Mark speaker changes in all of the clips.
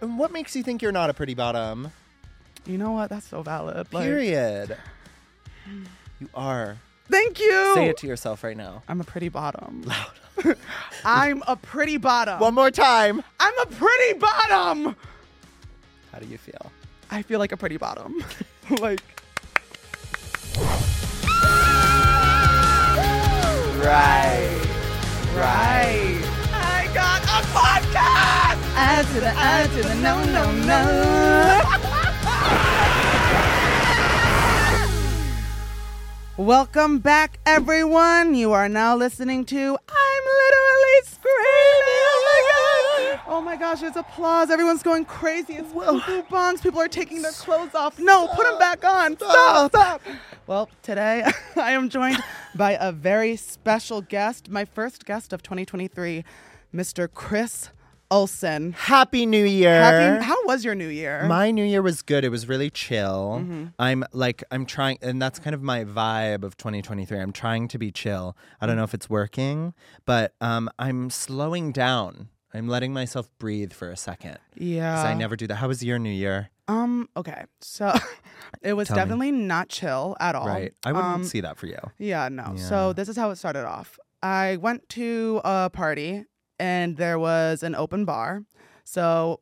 Speaker 1: And what makes you think you're not a pretty bottom?
Speaker 2: You know what? That's so valid. Like, Hmm.
Speaker 1: Period. You are.
Speaker 2: Thank you.
Speaker 1: Say it to yourself right now.
Speaker 2: I'm a pretty bottom. I'm a pretty bottom.
Speaker 1: One more time.
Speaker 2: I'm a pretty bottom.
Speaker 1: How do you feel?
Speaker 2: I feel like a pretty bottom. like
Speaker 1: Right.
Speaker 2: right. I got a podcast. Add to the add to the no no no. Welcome back, everyone. You are now listening to I'm literally screaming. Oh my god! Oh my gosh! There's applause. Everyone's going crazy. It's cuckoo bongs. People are taking their clothes off. No, put them back on. Stop! Stop! Well, today I am joined by a very special guest, my first guest of 2023, Mr. Chris Olson.
Speaker 1: Happy New Year.
Speaker 2: Happy, how was your new year?
Speaker 1: My New Year was good. It was really chill.
Speaker 2: Mm-hmm.
Speaker 1: I'm like, I'm trying, and that's kind of my vibe of 2023. I'm trying to be chill. I don't know if it's working, but um, I'm slowing down. I'm letting myself breathe for a second. 'Cause
Speaker 2: yeah.
Speaker 1: I never do that. How was your New Year?
Speaker 2: Um. Okay. So it was
Speaker 1: Tell me.
Speaker 2: definitely not chill at all.
Speaker 1: Right. I wouldn't
Speaker 2: Um,
Speaker 1: see that for you.
Speaker 2: Yeah. No. So
Speaker 1: Yeah.
Speaker 2: this is how it started off. I went to a party and there was an open bar, so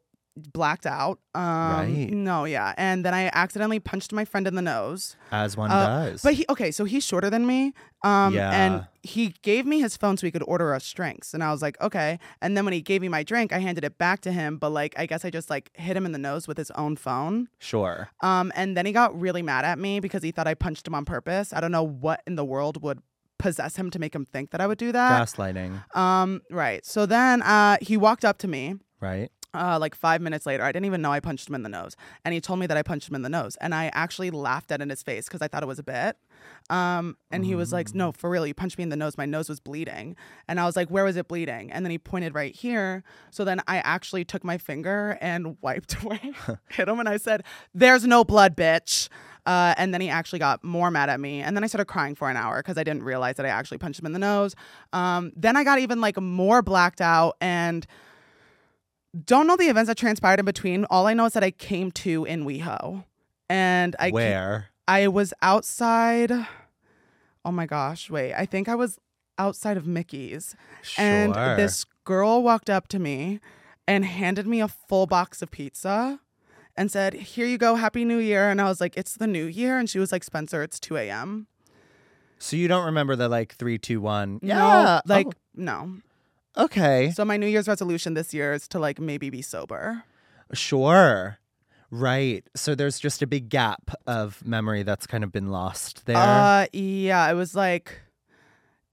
Speaker 2: blacked out. Um,
Speaker 1: Right.
Speaker 2: No. Yeah. And then I accidentally punched my friend in the nose.
Speaker 1: As one
Speaker 2: Uh,
Speaker 1: does.
Speaker 2: But he okay, so he's shorter than me. Um
Speaker 1: Yeah.
Speaker 2: and he gave me his phone so he could order us drinks. And I was like, okay. And then when he gave me my drink, I handed it back to him, but like I guess I just like hit him in the nose with his own phone.
Speaker 1: sure.
Speaker 2: Um and then he got really mad at me because he thought I punched him on purpose. I don't know what in the world would possess him to make him think that I would do that.
Speaker 1: Gaslighting.
Speaker 2: Um right. So then uh he walked up to me
Speaker 1: Right.
Speaker 2: uh, like five minutes later. I didn't even know I punched him in the nose. And he told me that I punched him in the nose. And I actually laughed at it in his face because I thought it was a bit. Um, and he was like, No, for real, you punched me in the nose. My nose was bleeding. And I was like, Where was it bleeding? And then he pointed right here. So then I actually took my finger and wiped away, hit him, and I said, There's no blood, bitch. Uh, and then he actually got more mad at me. And then I started crying for an hour because I didn't realize that I actually punched him in the nose. Um, then I got even like more blacked out and don't know the events that transpired in between. All I know is that I came to in WeHo, and I ca-
Speaker 1: Where?
Speaker 2: I was outside. Oh my gosh! Wait, I think I was outside of Mickey's,
Speaker 1: Sure.
Speaker 2: and this girl walked up to me and handed me a full box of pizza and said, "Here you go, Happy New Year." And I was like, "It's the New Year," and she was like, "Spencer, it's two a.m."
Speaker 1: So you don't remember the like three, two, one.
Speaker 2: no,
Speaker 1: Yeah.
Speaker 2: like no.
Speaker 1: oh, okay.
Speaker 2: So my New Year's resolution this year is to like maybe be sober.
Speaker 1: Sure. Right. So there's just a big gap of memory that's kind of been lost there.
Speaker 2: Uh, yeah, it was like,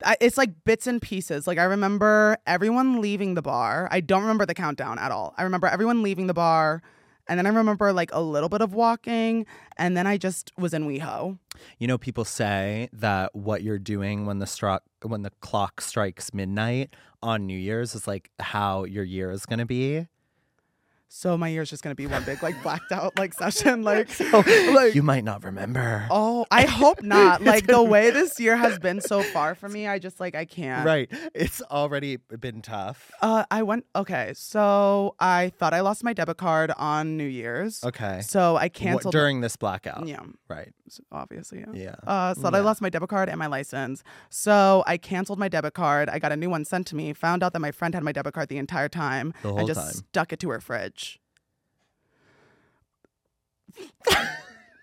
Speaker 2: I, it's like bits and pieces. Like I remember everyone leaving the bar. I don't remember the countdown at all. I remember everyone leaving the bar, and then I remember like a little bit of walking, and then I just was in WeHo.
Speaker 1: you know, people say that what you're doing when the stro- when the clock strikes midnight on New Year's is like how your year is gonna be.
Speaker 2: So my year's just gonna be one big like blacked out like session. Oh, Like,
Speaker 1: you might not remember.
Speaker 2: oh, I hope not. Like the way this year has been so far for me, I just like I can't.
Speaker 1: Right. It's already been tough.
Speaker 2: Uh, I went okay. So I thought I lost my debit card on New Year's.
Speaker 1: Okay.
Speaker 2: So I
Speaker 1: What-
Speaker 2: canceled.
Speaker 1: during this blackout.
Speaker 2: yeah.
Speaker 1: Right.
Speaker 2: s- obviously. Yeah.
Speaker 1: Yeah.
Speaker 2: Uh, so that I
Speaker 1: Yeah.
Speaker 2: lost my debit card and my license. So I canceled my debit card. I got a new one sent to me. Found out that my friend had my debit card the entire time
Speaker 1: The whole
Speaker 2: and just
Speaker 1: time.
Speaker 2: stuck it to her fridge.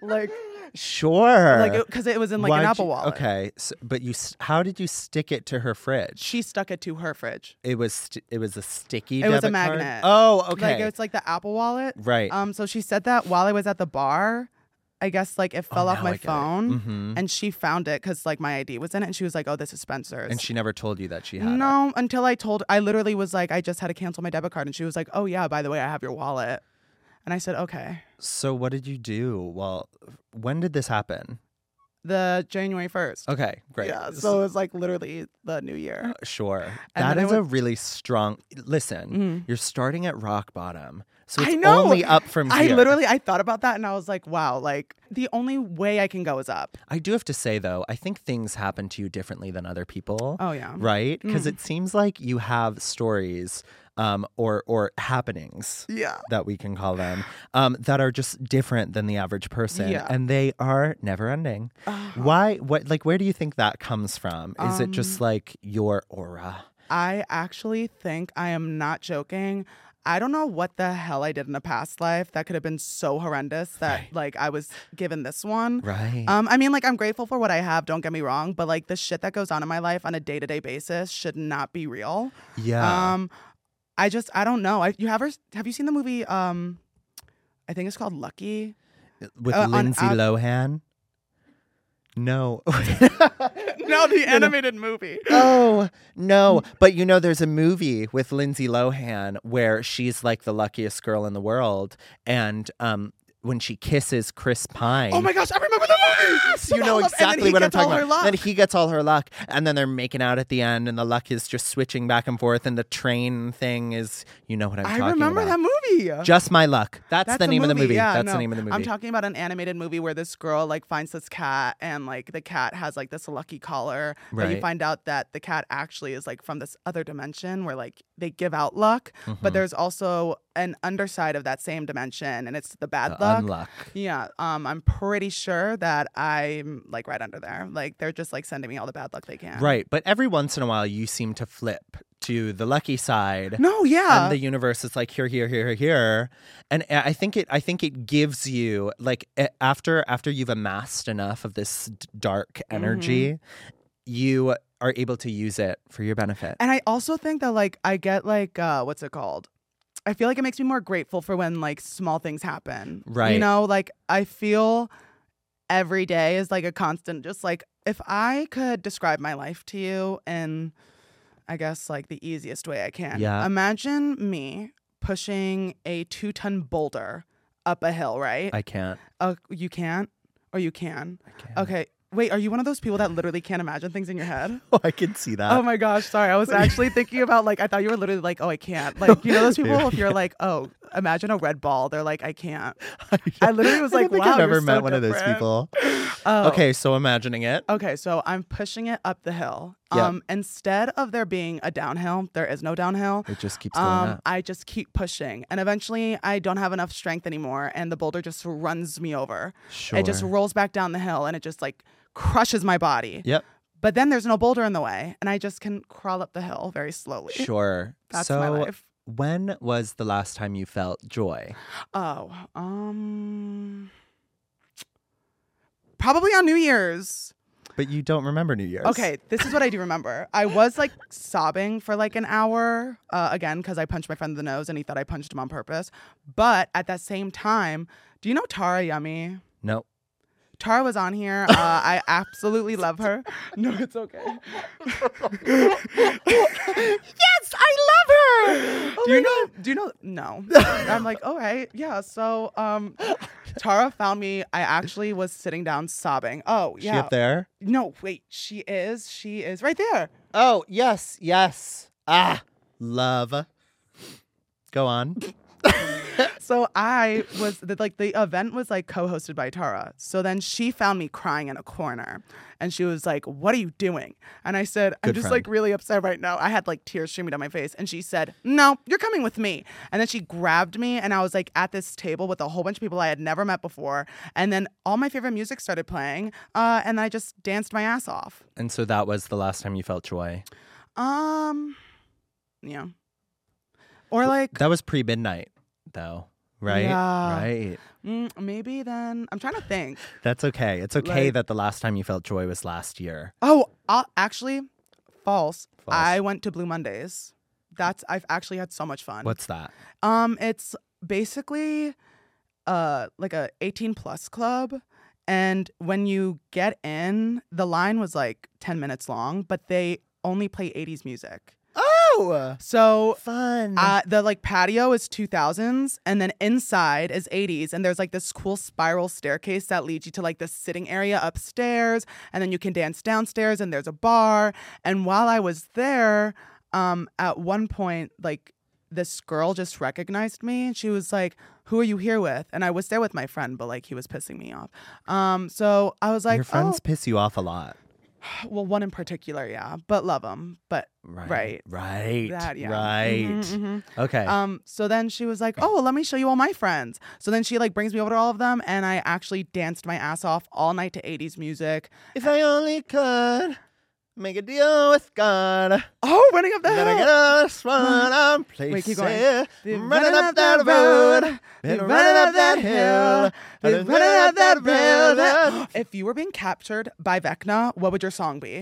Speaker 2: like,
Speaker 1: Sure.
Speaker 2: like, because it, was in like
Speaker 1: Why'd
Speaker 2: an
Speaker 1: you-
Speaker 2: Apple Wallet.
Speaker 1: Okay, so, but you s- how did you stick it to her fridge?
Speaker 2: She stuck it to her fridge.
Speaker 1: It was st- it was a sticky.
Speaker 2: It was a
Speaker 1: debit card?
Speaker 2: magnet.
Speaker 1: Oh, okay.
Speaker 2: Like it's like the Apple Wallet.
Speaker 1: right.
Speaker 2: Um. So she said that while I was at the bar. I guess like
Speaker 1: Oh,
Speaker 2: it fell off my phone,
Speaker 1: hmm
Speaker 2: and she found it because like my ID was in it, and she was like, "Oh, this is Spencer's."
Speaker 1: And she never told you that she had it.
Speaker 2: no, until I told, I literally was like, I just had to cancel my debit card. And she was like, oh, yeah, by the way, I have your wallet. And I said, okay.
Speaker 1: So what did you do? Well, when did this happen?
Speaker 2: The January 1st.
Speaker 1: Okay, Oh, great.
Speaker 2: Yeah.
Speaker 1: S-
Speaker 2: So it was like literally the new year.
Speaker 1: sure.
Speaker 2: And
Speaker 1: That
Speaker 2: then I
Speaker 1: is a really strong. Listen,
Speaker 2: Mhm.
Speaker 1: you're starting at rock bottom, so it's
Speaker 2: I know.
Speaker 1: only up from
Speaker 2: I
Speaker 1: here.
Speaker 2: literally, I thought about that and I was like, wow, like the only way I can go is up.
Speaker 1: I do have to say though, I think things happen to you differently than other people.
Speaker 2: Oh, yeah.
Speaker 1: right? Because it seems like you have stories um, or or happenings
Speaker 2: Yeah.
Speaker 1: that we can call them um, that are just different than the average person,
Speaker 2: Yeah.
Speaker 1: and they are never ending. Why? What? Like, where do you think that comes from? Is it
Speaker 2: Um.
Speaker 1: just like your aura?
Speaker 2: I actually think I am not joking. I don't know what the hell I did in a past life that could have been so horrendous that like I was given this one.
Speaker 1: Right.
Speaker 2: Um, I mean, like, I'm grateful for what I have, don't get me wrong, but like the shit that goes on in my life on a day to day basis should not be real.
Speaker 1: yeah.
Speaker 2: Um, I just, I don't know. I, you ever, have you seen the movie? Um, I think it's called Lucky.
Speaker 1: With
Speaker 2: uh, on
Speaker 1: Lindsay
Speaker 2: av-
Speaker 1: Lohan. No.
Speaker 2: No, the animated movie.
Speaker 1: Oh no! But you know, there's a movie with Lindsay Lohan where she's like the luckiest girl in the world, and um, when she kisses Chris Pine,
Speaker 2: Oh my gosh, I remember the movie.
Speaker 1: yes, you know
Speaker 2: Love, and then
Speaker 1: exactly
Speaker 2: he
Speaker 1: what I'm
Speaker 2: gets all
Speaker 1: talking
Speaker 2: her
Speaker 1: about. Then
Speaker 2: luck.
Speaker 1: he gets all her luck, and then they're making out at the end, and the luck is just switching back and forth, and the train thing is, you know what I'm talking
Speaker 2: I remember
Speaker 1: about.
Speaker 2: that movie.
Speaker 1: Just my luck. That's, the
Speaker 2: a
Speaker 1: name of the movie.
Speaker 2: Yeah,
Speaker 1: That's the
Speaker 2: no.
Speaker 1: name of the movie.
Speaker 2: I'm talking about an animated movie where this girl like finds this cat and like the cat has like this lucky collar. And
Speaker 1: Right.
Speaker 2: you find out that the cat actually is like from this other dimension where like they give out luck,
Speaker 1: Hmm. Mm-hmm.
Speaker 2: but there's also an underside of that same dimension and it's the bad
Speaker 1: The
Speaker 2: luck.
Speaker 1: unluck.
Speaker 2: Yeah, um, I'm pretty sure that I'm like right under there. Like they're just like sending me all the bad luck they can.
Speaker 1: Right, but every once in a while, you seem to flip to the lucky side.
Speaker 2: No, yeah.
Speaker 1: and the universe is like here here here here and i I think it i think it gives you like a- after after you've amassed enough of this d- dark energy you are able to use it for your benefit
Speaker 2: And I also think that like I get like uh what's it called? I feel like it makes me more grateful for when like small things happen.
Speaker 1: Right.
Speaker 2: You know, like I feel every day is like a constant just like if I could describe my life to you in I guess like the easiest way I can.
Speaker 1: Yeah.
Speaker 2: Imagine me pushing a 2-ton boulder up a hill, right?
Speaker 1: i can't
Speaker 2: uh, you can't or you can.
Speaker 1: i can't
Speaker 2: Okay. Wait, are you one of those people that literally can't imagine things in your head?
Speaker 1: oh i can see that
Speaker 2: Oh my gosh, sorry. I was actually thinking about like I thought you were literally like, oh, I can't. Like you know those people if you're like, oh, imagine a red ball. They're like, I can't. I literally was
Speaker 1: I
Speaker 2: like,
Speaker 1: don't think
Speaker 2: wow,
Speaker 1: I've
Speaker 2: you're
Speaker 1: ever
Speaker 2: so
Speaker 1: met one of those
Speaker 2: different.
Speaker 1: people.
Speaker 2: Oh.
Speaker 1: Okay, so imagining it.
Speaker 2: Okay, so I'm pushing it up the hill.
Speaker 1: Yeah.
Speaker 2: Um, instead of there being a downhill, there is no downhill.
Speaker 1: It just keeps going
Speaker 2: Um,
Speaker 1: up.
Speaker 2: I just keep pushing, and eventually I don't have enough strength anymore, and the boulder just runs me over.
Speaker 1: Sure.
Speaker 2: It just rolls back down the hill, and it just like crushes my body.
Speaker 1: Yep.
Speaker 2: But then there's no boulder in the way, and I just can crawl up the hill very slowly.
Speaker 1: Sure.
Speaker 2: That's
Speaker 1: so
Speaker 2: my life.
Speaker 1: when was the last time you felt joy?
Speaker 2: Oh, um, probably on New Year's.
Speaker 1: But you don't remember New Year's.
Speaker 2: Okay, this is what I do remember. I was like sobbing for like an hour uh, again because I punched my friend in the nose and he thought I punched him on purpose. But at that same time, do you know Tara Yummy?
Speaker 1: No.
Speaker 2: Tara was on here. Uh, I absolutely love her. No, it's okay.
Speaker 1: Yes, I love her.
Speaker 2: do you know? Do you know? No. I'm like, all right, yeah. So, um, Tara found me. I actually was sitting down sobbing. Oh,
Speaker 1: She
Speaker 2: yeah.
Speaker 1: up there?
Speaker 2: No, wait. She is. She is right there.
Speaker 1: Oh, yes, yes. Ah, love. Go on.
Speaker 2: So I was the, like the event was like co-hosted by Tara. So then she found me crying in a corner, and she was like, "What are you doing?" And I said, "I'm
Speaker 1: Good
Speaker 2: just
Speaker 1: friend.
Speaker 2: like really upset right now." I had like tears streaming down my face, and she said, "No, you're coming with me." And then she grabbed me, and I was like at this table with a whole bunch of people I had never met before, and then all my favorite music started playing, uh, and I just danced my ass off.
Speaker 1: And so that was the last time you felt joy.
Speaker 2: Um, yeah, or like
Speaker 1: That was pre midnight, though, right?
Speaker 2: Yeah.
Speaker 1: Right.
Speaker 2: mm, maybe then I'm trying to think.
Speaker 1: That's okay. It's okay
Speaker 2: Like-
Speaker 1: that the last time you felt joy was last year.
Speaker 2: Oh, i actually, false.
Speaker 1: False.
Speaker 2: I went to Blue Mondays. That's I've actually had so much fun.
Speaker 1: What's that?
Speaker 2: Um, it's basically, uh, like a 18 plus club, and when you get in, the line was like 10 minutes long, but they only play 80s music.
Speaker 1: Oh,
Speaker 2: So.
Speaker 1: fun.
Speaker 2: Uh, the like patio is 2000s and then inside is 80s and there's like this cool spiral staircase that leads you to like this sitting area upstairs and then you can dance downstairs and there's a bar and while i was there um at one point like this girl just recognized me and she was like who are you here with and i was there with my friend but like he was pissing me off um so i was like
Speaker 1: Your friends
Speaker 2: oh.
Speaker 1: piss you off a lot.
Speaker 2: Well, one in particular, yeah, but love him. But
Speaker 1: Right. Mm-hmm.
Speaker 2: Right.
Speaker 1: Right.
Speaker 2: That, yeah.
Speaker 1: Right.
Speaker 2: Mhm, mhm.
Speaker 1: Okay.
Speaker 2: Um, so then she was like, "Oh, let me show you all my friends." So then she like brings me over to all of them, and I actually danced my ass off all night to '80s music.
Speaker 1: if I only could make a deal with God,
Speaker 2: Oh, running up the
Speaker 1: then I
Speaker 2: hill.
Speaker 1: get us one on place.
Speaker 2: Wait, keep going.
Speaker 1: Been running up that road. Been running up that hill. Been running up that road.
Speaker 2: If you were being captured by Vecna, what would your song be?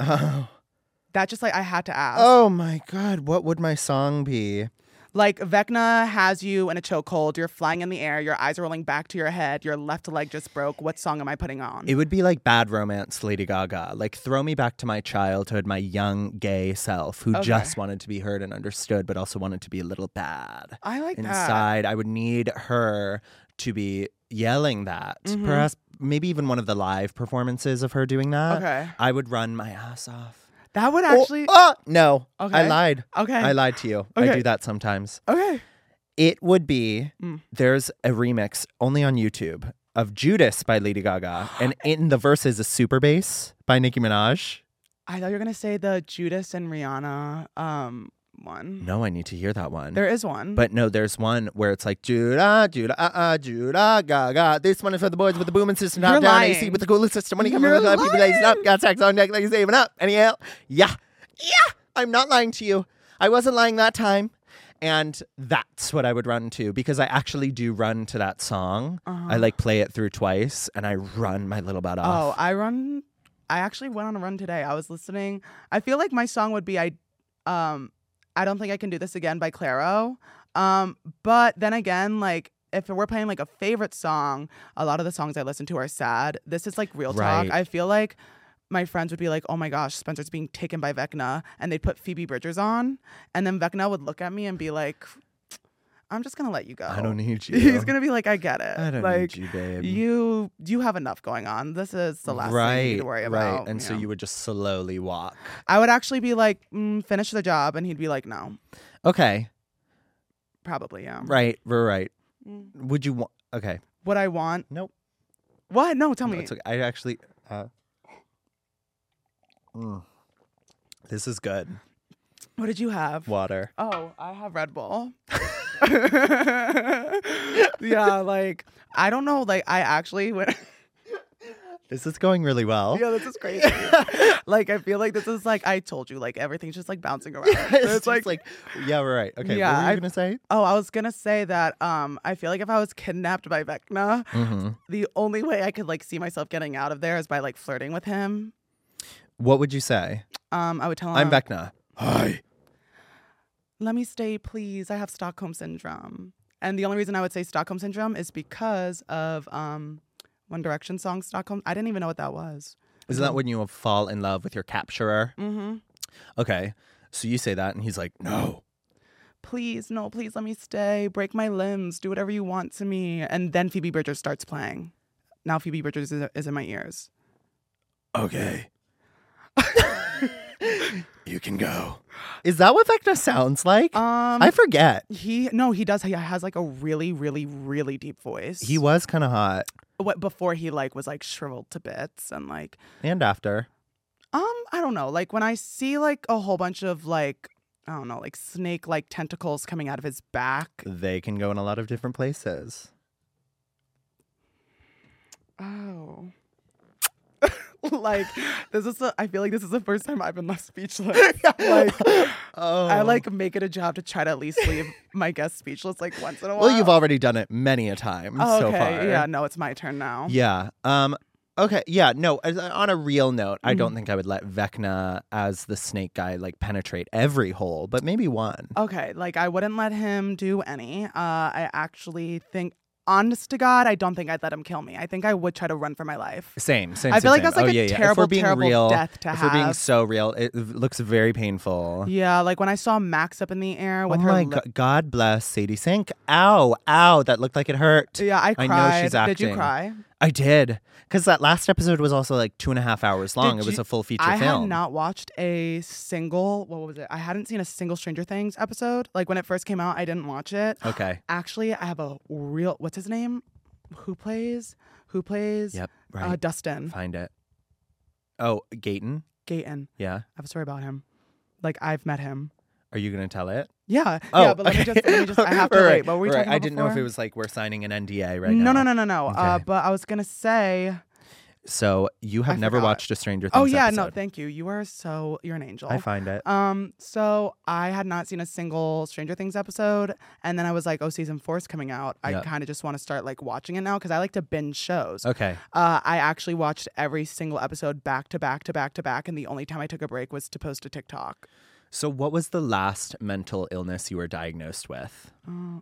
Speaker 1: Oh.
Speaker 2: That just like I had to ask.
Speaker 1: oh my God. What would my song be?
Speaker 2: Like Vecna has you in a chokehold. You're flying in the air. Your eyes are rolling back to your head. Your left leg just broke. What song am I putting on?
Speaker 1: It would be like Bad Romance, Lady Gaga. Like, throw me back to my childhood, my young gay self who
Speaker 2: Okay.
Speaker 1: just wanted to be heard and understood, but also wanted to be a little bad.
Speaker 2: I like that.
Speaker 1: Inside, I would need her to be yelling that.
Speaker 2: Mhm.
Speaker 1: Perhaps maybe even one of the live performances of her doing that.
Speaker 2: Okay,
Speaker 1: I would run my ass off.
Speaker 2: that would
Speaker 1: Oh,
Speaker 2: actually.
Speaker 1: oh, no. I
Speaker 2: Okay.
Speaker 1: lied.
Speaker 2: Okay.
Speaker 1: I lied to you. I
Speaker 2: Okay.
Speaker 1: do that sometimes.
Speaker 2: Okay.
Speaker 1: It would be
Speaker 2: Mm.
Speaker 1: there's a remix only on YouTube of Judas by Lady Gaga, and in the verses is Super Bass by Nicki Minaj.
Speaker 2: I thought you were gonna say the Judas and Rihanna um one.
Speaker 1: No, I need to hear that one.
Speaker 2: There is one.
Speaker 1: but no, there's one where it's like Judah, Judah, uh, uh, Judah, Gaga. This one is for the boys with the booming system,
Speaker 2: You're
Speaker 1: top down AC
Speaker 2: lying.
Speaker 1: with the coolest system. When he comes
Speaker 2: You're
Speaker 1: with the people blazing up,
Speaker 2: lying.
Speaker 1: got tax on deck, like he's saving up. Any help? Yeah, yeah. I'm not lying to you. I wasn't lying that time. And that's what I would run to because I actually do run to that song.
Speaker 2: Uh-huh.
Speaker 1: I like play it through twice and I run my little butt off.
Speaker 2: Ah. oh, I run. I actually went on a run today. I was listening. I feel like my song would be I. Um, I don't think I can do this again by Claro. Um, but then again, like if we're playing like a favorite song, a lot of the songs I listen to are sad. This is like real
Speaker 1: Right.
Speaker 2: talk. I feel like. My friends would be like, "Oh my gosh, Spencer's being taken by Vecna," and they'd put Phoebe Bridgers on, and then Vecna would look at me and be like, "I'm just gonna let you go.
Speaker 1: I don't need you.
Speaker 2: He's gonna be like, I get it.
Speaker 1: I don't
Speaker 2: like,
Speaker 1: need you, babe.
Speaker 2: you you have enough going on. This is the last thing you need to worry about.
Speaker 1: Right. And so
Speaker 2: yeah.
Speaker 1: you would just slowly walk.
Speaker 2: I would actually be like, mm, finish the job, and he'd be like, no,
Speaker 1: Okay.
Speaker 2: probably yeah.
Speaker 1: Right. Right. Right.
Speaker 2: Um, Mm.
Speaker 1: Would you want? Okay.
Speaker 2: What I want?
Speaker 1: Nope.
Speaker 2: What? No, tell
Speaker 1: No,
Speaker 2: me.
Speaker 1: it's okay. I actually. Uh, mm. This is good.
Speaker 2: What did you have?
Speaker 1: Water.
Speaker 2: Oh, I have Red Bull. yeah, like I don't know. Like I actually went.
Speaker 1: This is going really well.
Speaker 2: yeah, this is crazy. like I feel like this is like I told you. Like everything's just like bouncing around.
Speaker 1: it's
Speaker 2: it's like
Speaker 1: like, yeah, we're right. Okay.
Speaker 2: Yeah,
Speaker 1: what were you
Speaker 2: I-
Speaker 1: going to say?
Speaker 2: Oh, I was gonna say that. Um, I feel like if I was kidnapped by Vecna,
Speaker 1: Mhm.
Speaker 2: the only way I could like see myself getting out of there is by like flirting with him.
Speaker 1: What would you say?
Speaker 2: Um, I would tell him
Speaker 1: I'm Vecna. Hi.
Speaker 2: Let me stay, please. I have Stockholm syndrome, and the only reason I would say Stockholm syndrome is because of um, One Direction song Stockholm. I didn't even know what that was.
Speaker 1: Isn't that when you fall in love with your capturer?
Speaker 2: Mm-hmm.
Speaker 1: Okay. So you say that, and he's like, no.
Speaker 2: Please, no, please let me stay. Break my limbs. Do whatever you want to me. And then Phoebe Bridgers starts playing. Now Phoebe Bridgers is, is in my ears.
Speaker 1: Okay. you can go. Is that what Vecna sounds like?
Speaker 2: Um,
Speaker 1: I forget.
Speaker 2: He no, he does. He has like a really, really, really deep voice.
Speaker 1: He was kind of hot.
Speaker 2: what before he like was like shriveled to bits and like
Speaker 1: And after.
Speaker 2: um I don't know. Like when I see like a whole bunch of like I don't know like snake like tentacles coming out of his back.
Speaker 1: They can go in a lot of different places.
Speaker 2: Oh. like this is the I feel like this is the first time I've been left speechless. like
Speaker 1: Oh.
Speaker 2: I like make it a job to try to at least leave my guest speechless like once in a while.
Speaker 1: Well, you've already done it many a time
Speaker 2: oh,
Speaker 1: so
Speaker 2: okay.
Speaker 1: far.
Speaker 2: Yeah, no, it's my turn now.
Speaker 1: Yeah. Um okay, yeah, no, as- uh, on a real note, I
Speaker 2: Mm.
Speaker 1: don't think I would let Vecna as the snake guy like penetrate every hole, but maybe one.
Speaker 2: Okay, like I wouldn't let him do any. Uh, I actually think, honest to God, I don't think I'd let him kill me. I think I would try to run for my life.
Speaker 1: Same, same.
Speaker 2: I feel
Speaker 1: same,
Speaker 2: like
Speaker 1: same.
Speaker 2: that's
Speaker 1: oh,
Speaker 2: like a
Speaker 1: yeah, yeah. if we're
Speaker 2: terrible,
Speaker 1: being
Speaker 2: terrible
Speaker 1: real,
Speaker 2: death to
Speaker 1: if we're being
Speaker 2: have.
Speaker 1: so real, it looks very painful.
Speaker 2: Yeah, like when I saw Max up in the air with
Speaker 1: oh
Speaker 2: her.
Speaker 1: my
Speaker 2: lip-
Speaker 1: God, God bless Sadie Sink. Ow, ow, that looked like it hurt.
Speaker 2: Yeah, I
Speaker 1: I
Speaker 2: cried.
Speaker 1: know she's
Speaker 2: Did
Speaker 1: acting.
Speaker 2: you cry?
Speaker 1: I did. Because that last episode was also like two and a half hours long.
Speaker 2: Did
Speaker 1: it was
Speaker 2: you-
Speaker 1: a full feature
Speaker 2: I
Speaker 1: film.
Speaker 2: had not watched a single. What was it? I hadn't seen a single Stranger Things episode. Like when it first came out, I didn't watch it.
Speaker 1: okay.
Speaker 2: Actually, I have a real. What's his name? Who plays? Who plays?
Speaker 1: Yep.
Speaker 2: Uh,
Speaker 1: Right.
Speaker 2: Dustin.
Speaker 1: Find it. Oh, Gayton.
Speaker 2: Gayton.
Speaker 1: Yeah.
Speaker 2: I have a story about him. Like I've met him.
Speaker 1: Are you gonna tell it?
Speaker 2: Yeah.
Speaker 1: Oh,
Speaker 2: yeah, but let me
Speaker 1: okay.
Speaker 2: just let me just I have to
Speaker 1: Right,
Speaker 2: wait. What were we
Speaker 1: right.
Speaker 2: talking about
Speaker 1: I didn't know if
Speaker 2: before?
Speaker 1: it was like we're signing an NDA right
Speaker 2: no,
Speaker 1: now.
Speaker 2: no, no, no, no. Uh,
Speaker 1: Okay.
Speaker 2: but I was gonna say.
Speaker 1: So you have
Speaker 2: I
Speaker 1: never
Speaker 2: forgot.
Speaker 1: watched a Stranger Things
Speaker 2: Oh yeah, no,
Speaker 1: episode.
Speaker 2: thank you. You are so you're an angel.
Speaker 1: I find it.
Speaker 2: Um, so I had not seen a single Stranger Things episode, and then I was like, "Oh, season four's coming out. I
Speaker 1: Yeah.
Speaker 2: kind of just want to start like watching it now because I like to binge shows."
Speaker 1: Okay.
Speaker 2: Uh, I actually watched every single episode back to back to back to back, and the only time I took a break was to post a TikTok.
Speaker 1: So what was the last mental illness you were diagnosed with?
Speaker 2: Uh,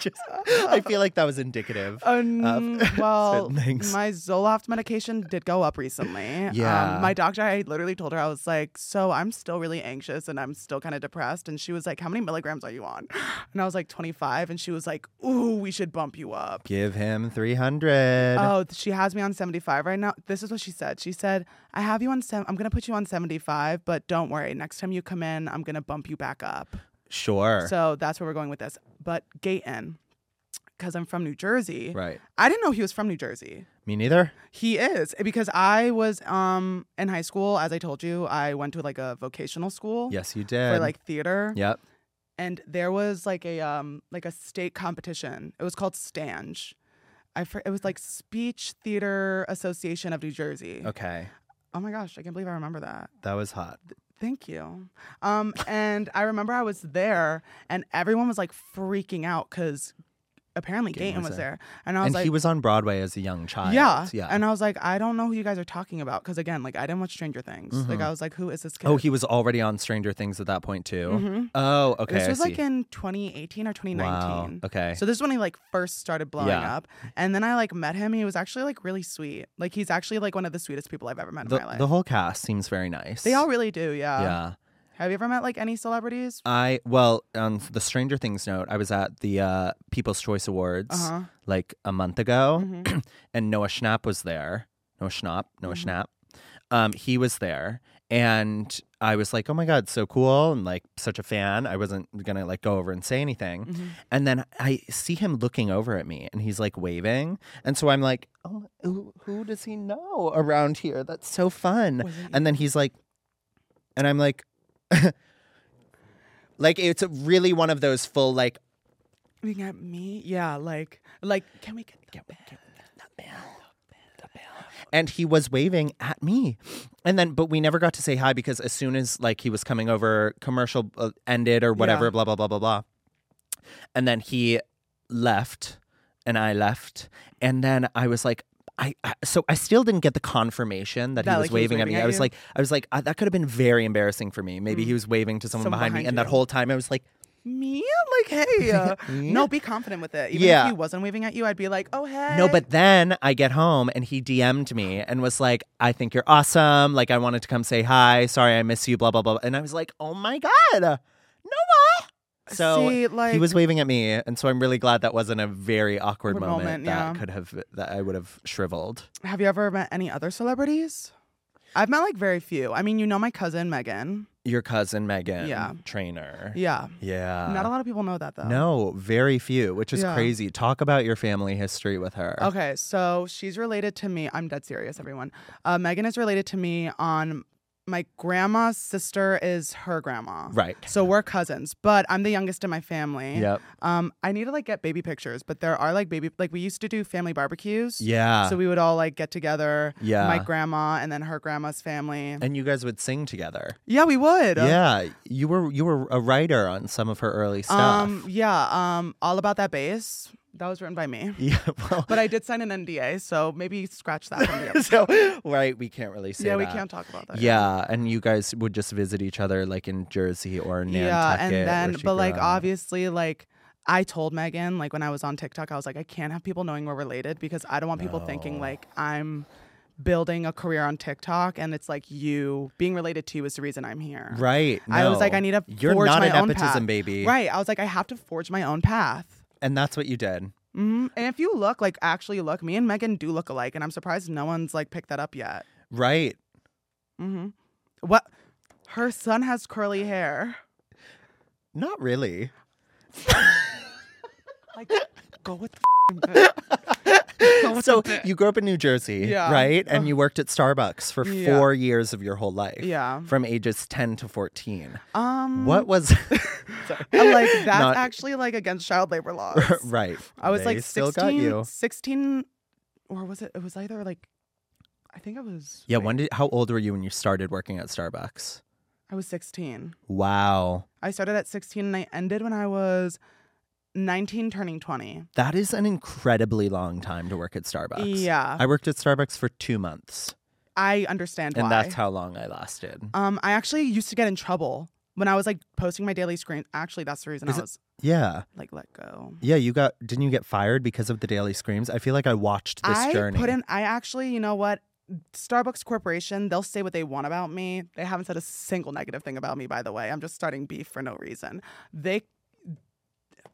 Speaker 1: Just, I feel like that was indicative.
Speaker 2: um, well,
Speaker 1: things.
Speaker 2: my Zoloft medication did go up recently.
Speaker 1: Yeah.
Speaker 2: Um, my doctor, I literally told her I was like, "So I'm still really anxious and I'm still kind of depressed," and she was like, "How many milligrams are you on?" And I was like, "25," and she was like, "Ooh, we should bump you up."
Speaker 1: Give him 300.
Speaker 2: Oh, th- she has me on 75 right now. This is what she said. She said, I have you on, sem- I'm going to put you on 75, but don't worry. Next time you come in, I'm going to bump you back up.
Speaker 1: sure.
Speaker 2: So that's where we're going with this. But Gayton, because I'm from New Jersey,
Speaker 1: right.
Speaker 2: I didn't know he was from New Jersey.
Speaker 1: Me neither.
Speaker 2: He is eh, because I was um in high school, as I told you, I went to like a vocational school
Speaker 1: Yes, you did.
Speaker 2: for like theater,
Speaker 1: Yep.
Speaker 2: and there was like a um like a state competition. It was called Stange. I for, it was like Speech Theater Association of New Jersey.
Speaker 1: Okay.
Speaker 2: Oh my gosh, I can't believe I remember that.
Speaker 1: That was hot.
Speaker 2: Thank you. Um, and I remember I was there, and everyone was like freaking out because apparently
Speaker 1: Gaten
Speaker 2: Gayton,
Speaker 1: was
Speaker 2: was,
Speaker 1: there.
Speaker 2: there. and I was
Speaker 1: and
Speaker 2: like,
Speaker 1: he was on Broadway as a young child.
Speaker 2: yeah,
Speaker 1: Yeah.
Speaker 2: And I was like, I don't know who you guys are talking about because again, like I didn't watch Stranger Things. Like I was like, who is this kid?
Speaker 1: Mm-hmm. oh, he was already on Stranger Things at that point too.
Speaker 2: Mhm.
Speaker 1: Oh, okay.
Speaker 2: This
Speaker 1: I
Speaker 2: was
Speaker 1: see.
Speaker 2: like in 2018 or 2019.
Speaker 1: Wow. Okay.
Speaker 2: So this is when he like first started blowing
Speaker 1: Yeah.
Speaker 2: up, and then I like met him. He was actually like really sweet. Like he's actually like one of the sweetest people I've ever met in my
Speaker 1: the,
Speaker 2: life.
Speaker 1: the whole cast seems very nice.
Speaker 2: they all really do. Yeah.
Speaker 1: yeah.
Speaker 2: Have you ever met like any celebrities?
Speaker 1: I well on the Stranger Things note, I was at the uh, People's Choice Awards
Speaker 2: Uh huh.
Speaker 1: like a month ago,
Speaker 2: Mhm.
Speaker 1: and Noah Schnapp was there. Noah Schnapp, Noah
Speaker 2: Mhm.
Speaker 1: Schnapp. Um, he was there, and I was like, "Oh my god, so cool!" and like such a fan. I wasn't gonna like go over and say anything,
Speaker 2: Mhm.
Speaker 1: and then I see him looking over at me, and he's like waving, and so I'm like, "Oh, who, who does he know around here? That's so fun."
Speaker 2: Was it-
Speaker 1: And then he's like, and I'm like, like it's really one of those full like,
Speaker 2: Looking at me, yeah, like, like, can we get, get back?
Speaker 1: and he was waving at me, and then but we never got to say hi because as soon as like he was coming over, commercial uh, ended or whatever,
Speaker 2: Yeah.
Speaker 1: blah blah blah blah blah, and then he left, and I left, and then I was like. I, I so I still didn't get the confirmation that,
Speaker 2: That,
Speaker 1: he was
Speaker 2: like, he was
Speaker 1: waving at
Speaker 2: waving
Speaker 1: me.
Speaker 2: at
Speaker 1: I was
Speaker 2: you? Mm.
Speaker 1: like, I was like, "Ah, that could have been very embarrassing for me. Maybe he was waving to someone,
Speaker 2: Someone
Speaker 1: behind, me,
Speaker 2: behind
Speaker 1: and that
Speaker 2: you.
Speaker 1: whole time I was like,
Speaker 2: Me? Like, hey, uh, no, be confident with it. Even
Speaker 1: Yeah.
Speaker 2: if he wasn't waving at you, I'd be like, oh hey.
Speaker 1: No, but then I get home and he DM'd me and was like, I think you're awesome. Like, I wanted to come say hi. Sorry, I miss you, blah, blah, blah. And I was like, oh my God, Noah. So
Speaker 2: See, like,
Speaker 1: he was waving at me. And so I'm really glad that wasn't a very awkward
Speaker 2: Awkward
Speaker 1: moment,
Speaker 2: moment,
Speaker 1: that
Speaker 2: yeah.
Speaker 1: could have, that I would have shriveled.
Speaker 2: Have you ever met any other celebrities? I've met like very few. I mean, you know my cousin Megan.
Speaker 1: Your cousin, Megan,
Speaker 2: Yeah.
Speaker 1: trainer.
Speaker 2: Yeah.
Speaker 1: Yeah.
Speaker 2: Not a lot of people know that though.
Speaker 1: No, very few, which is
Speaker 2: Yeah.
Speaker 1: crazy. Talk about your family history with her.
Speaker 2: Okay, so she's related to me. I'm dead serious, everyone. Uh, Megan is related to me on my grandma's sister is her grandma.
Speaker 1: Right.
Speaker 2: So we're cousins, but I'm the youngest in my family.
Speaker 1: Yep.
Speaker 2: Um, I need to like get baby pictures, but there are like baby like we used to do family barbecues.
Speaker 1: Yeah.
Speaker 2: So we would all like get together.
Speaker 1: Yeah.
Speaker 2: My grandma and then her grandma's family.
Speaker 1: and you guys would sing together.
Speaker 2: yeah, we would.
Speaker 1: Yeah, you were you were a writer on some of her early stuff.
Speaker 2: Um. Yeah. Um. All about that bass. That was written by me,
Speaker 1: yeah, well,
Speaker 2: but I did sign an NDA, so maybe scratch that from the episode.
Speaker 1: so right, we can't really say.
Speaker 2: Yeah, we
Speaker 1: that.
Speaker 2: can't talk about that.
Speaker 1: Yeah, and you guys would just visit each other like in Jersey or Nantucket.
Speaker 2: yeah and
Speaker 1: where
Speaker 2: then
Speaker 1: she grew
Speaker 2: but like
Speaker 1: up.
Speaker 2: obviously like i told megan like when i was on tiktok i was like i can't have people knowing we're related because i don't want people thinking like i'm building a career on tiktok and it's like you being related to you is the reason i'm here
Speaker 1: right?
Speaker 2: i was like
Speaker 1: no.
Speaker 2: i need to
Speaker 1: You're
Speaker 2: forge
Speaker 1: not
Speaker 2: my
Speaker 1: an
Speaker 2: own
Speaker 1: nepotism
Speaker 2: path.
Speaker 1: baby,
Speaker 2: right i was like i have to forge my own path
Speaker 1: And that's what you did.
Speaker 2: hmm and if you look like actually look me and megan do look alike and i'm surprised no one's like picked that up yet
Speaker 1: Right?
Speaker 2: hmm what her son has curly hair
Speaker 1: Not really.
Speaker 2: like go with the
Speaker 1: so you grew up in New Jersey,
Speaker 2: Yeah.
Speaker 1: right? And you worked at Starbucks for
Speaker 2: Yeah.
Speaker 1: four years of your whole life.
Speaker 2: Yeah.
Speaker 1: From ages 10 to 14.
Speaker 2: Um,
Speaker 1: What was.
Speaker 2: I'm like that's
Speaker 1: Not-
Speaker 2: actually like against child labor laws.
Speaker 1: right.
Speaker 2: I was
Speaker 1: They
Speaker 2: like 16,
Speaker 1: still got you.
Speaker 2: 16 or was it it was either like I think I was
Speaker 1: Yeah.
Speaker 2: wait,
Speaker 1: When did, how old were you when you started working at Starbucks?
Speaker 2: I was 16.
Speaker 1: Wow.
Speaker 2: I started at 16 and I ended when I was 19 turning 20.
Speaker 1: That is an incredibly long time to work at Starbucks.
Speaker 2: Yeah.
Speaker 1: I worked at Starbucks for two months,
Speaker 2: I, understand
Speaker 1: and
Speaker 2: why.
Speaker 1: that's how long I lasted.
Speaker 2: um I actually used to get in trouble when I was like posting my daily screen. Actually, that's the reason
Speaker 1: Is
Speaker 2: I
Speaker 1: it-
Speaker 2: was
Speaker 1: Yeah.
Speaker 2: like let go.
Speaker 1: Yeah. You got, didn't you get fired because of the Daily Screams? I feel like I watched this
Speaker 2: I
Speaker 1: journey.
Speaker 2: put in I actually, you know what? Starbucks Corporation, they'll say what they want about me. They haven't said a single negative thing about me, by the way. I'm just starting beef for no reason. They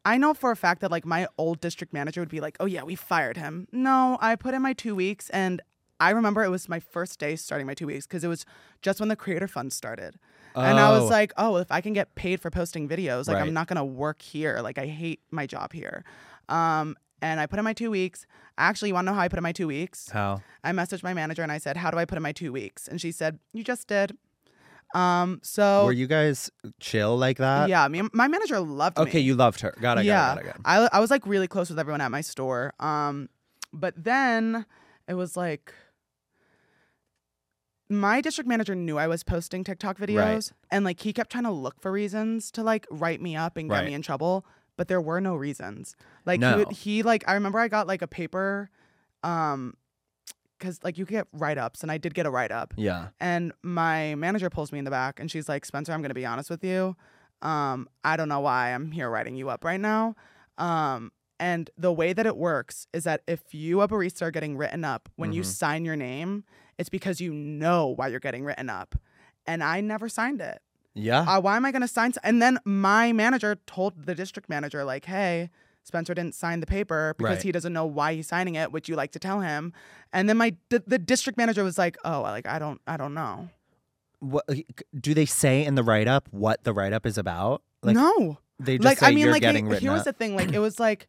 Speaker 2: I know for a fact that like my old district manager would be like, "Oh yeah, we fired him." No, I put in my 2 weeks and I remember it was my first day starting my 2 weeks cuz it was just when the creator fund started. And I
Speaker 1: Oh.
Speaker 2: was like, "Oh, if I can get paid for posting videos, like
Speaker 1: Right.
Speaker 2: I'm not going to work here. Like I hate my job here." Um and I put in my 2 weeks. Actually, you want to know how I put in my 2 weeks?
Speaker 1: how?
Speaker 2: I messaged my manager and I said, "How do I put in my two weeks?" And she said, "You just did." Um. So
Speaker 1: Were you guys chill like that?
Speaker 2: yeah, me, my manager loved me.
Speaker 1: Okay, you loved her. Got it.
Speaker 2: yeah,
Speaker 1: Got it. Got it.
Speaker 2: I I was like really close with everyone at my store. Um, but then it was like my district manager knew I was posting TikTok videos, and like he kept trying to look for reasons to like write me up and get
Speaker 1: Right.
Speaker 2: me in trouble, but there were no reasons. Like
Speaker 1: No.
Speaker 2: he, would- he like I remember I got like a paper, um, because like you could get write ups, and I did get a write up.
Speaker 1: Yeah.
Speaker 2: And my manager pulls me in the back and she's like, Spencer, I'm going to be honest with you. Um, I don't know why I'm here writing you up right now. Um, and the way that it works is that if you, a barista, are getting written up, when you
Speaker 1: Mhm.
Speaker 2: sign your name, it's because you know why you're getting written up. And I never signed it.
Speaker 1: Yeah.
Speaker 2: Uh, why am I going to sign? s- And then my manager told the district manager, like, hey, Spencer didn't sign the paper because
Speaker 1: Right.
Speaker 2: he doesn't know why he's signing it. Would you like to tell him? And then my the, the district manager was like, oh, like I don't, I don't know.
Speaker 1: What, do they say in the write up what the write up is about? Like
Speaker 2: no,
Speaker 1: they just
Speaker 2: like
Speaker 1: say
Speaker 2: I mean,
Speaker 1: you're
Speaker 2: like he-
Speaker 1: getting written
Speaker 2: here
Speaker 1: up.
Speaker 2: was the thing, like it was like,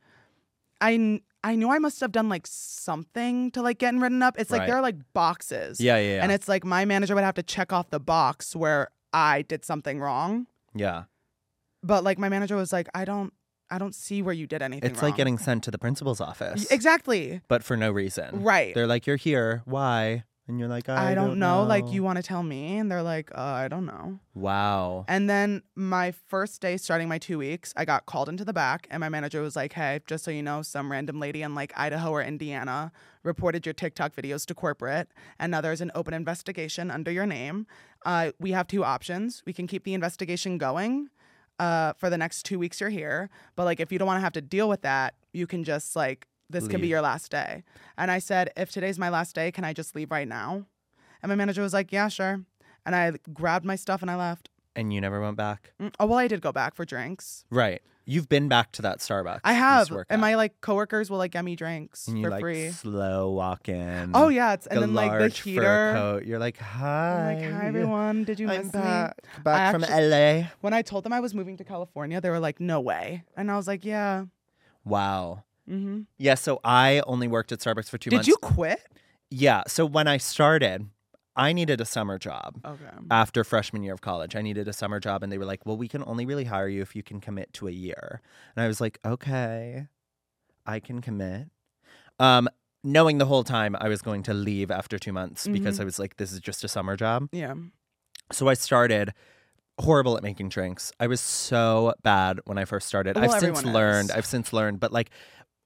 Speaker 2: I kn- I knew I must have done like something to like getting written up. It's like
Speaker 1: Right.
Speaker 2: there are like boxes,
Speaker 1: yeah, yeah, yeah.
Speaker 2: and it's like my manager would have to check off the box where I did something wrong.
Speaker 1: yeah.
Speaker 2: but like my manager was like, I don't, I don't see where you did anything.
Speaker 1: It's like
Speaker 2: wrong."
Speaker 1: getting sent to the principal's office,
Speaker 2: Y- exactly
Speaker 1: but for no reason.
Speaker 2: right.
Speaker 1: They're like, "You're here. Why?" And you're like, "I,
Speaker 2: I, don't know. Like you want to tell me, and they're like, uh, I don't know.
Speaker 1: Wow.
Speaker 2: And then my first day starting my two weeks, I got called into the back, and my manager was like, Hey, just so you know, some random lady in like Idaho or Indiana reported your TikTok videos to corporate, and now there's an open investigation under your name. Uh, we have two options. We can keep the investigation going. Uh, for the next two weeks you're here, but like if you don't want to have to deal with that, you can just like this could be
Speaker 1: Leave.
Speaker 2: your last day. And I said, if today's my last day, can I just leave right now? And my manager was like, yeah, sure. And I grabbed my stuff and I left.
Speaker 1: And you never went back.
Speaker 2: Mm, Oh well, I did go back for drinks.
Speaker 1: Right. You've been back to that Starbucks.
Speaker 2: I
Speaker 1: you
Speaker 2: have,
Speaker 1: used to work at.
Speaker 2: and my like coworkers will like get me drinks
Speaker 1: and you
Speaker 2: for
Speaker 1: like
Speaker 2: free.
Speaker 1: slow walk in.
Speaker 2: Oh yeah, it's and
Speaker 1: the
Speaker 2: then like the
Speaker 1: large fur
Speaker 2: heater.
Speaker 1: coat. You're like,
Speaker 2: I'm
Speaker 1: "Hi."
Speaker 2: like hi everyone, did you
Speaker 1: I'm
Speaker 2: miss
Speaker 1: back.
Speaker 2: me?
Speaker 1: Back from
Speaker 2: actually-
Speaker 1: LA.
Speaker 2: When I told them I was moving to California, they were like, no way, and I was like, yeah.
Speaker 1: Wow.
Speaker 2: Mm-hmm.
Speaker 1: Yeah, so I only worked at Starbucks for two
Speaker 2: Did
Speaker 1: months.
Speaker 2: you quit?
Speaker 1: Yeah. So when I started, I needed a summer job
Speaker 2: Okay.
Speaker 1: after freshman year of college. I needed a summer job, and they were like, well, we can only really hire you if you can commit to a year. And I was like, okay, I can commit. Um, knowing the whole time I was going to leave after two months because I was like, this is just a summer job.
Speaker 2: Yeah.
Speaker 1: So I started horrible at making drinks. I was so bad when I first started.
Speaker 2: Well,
Speaker 1: I've since
Speaker 2: everyone is.
Speaker 1: learned. I've since learned, but like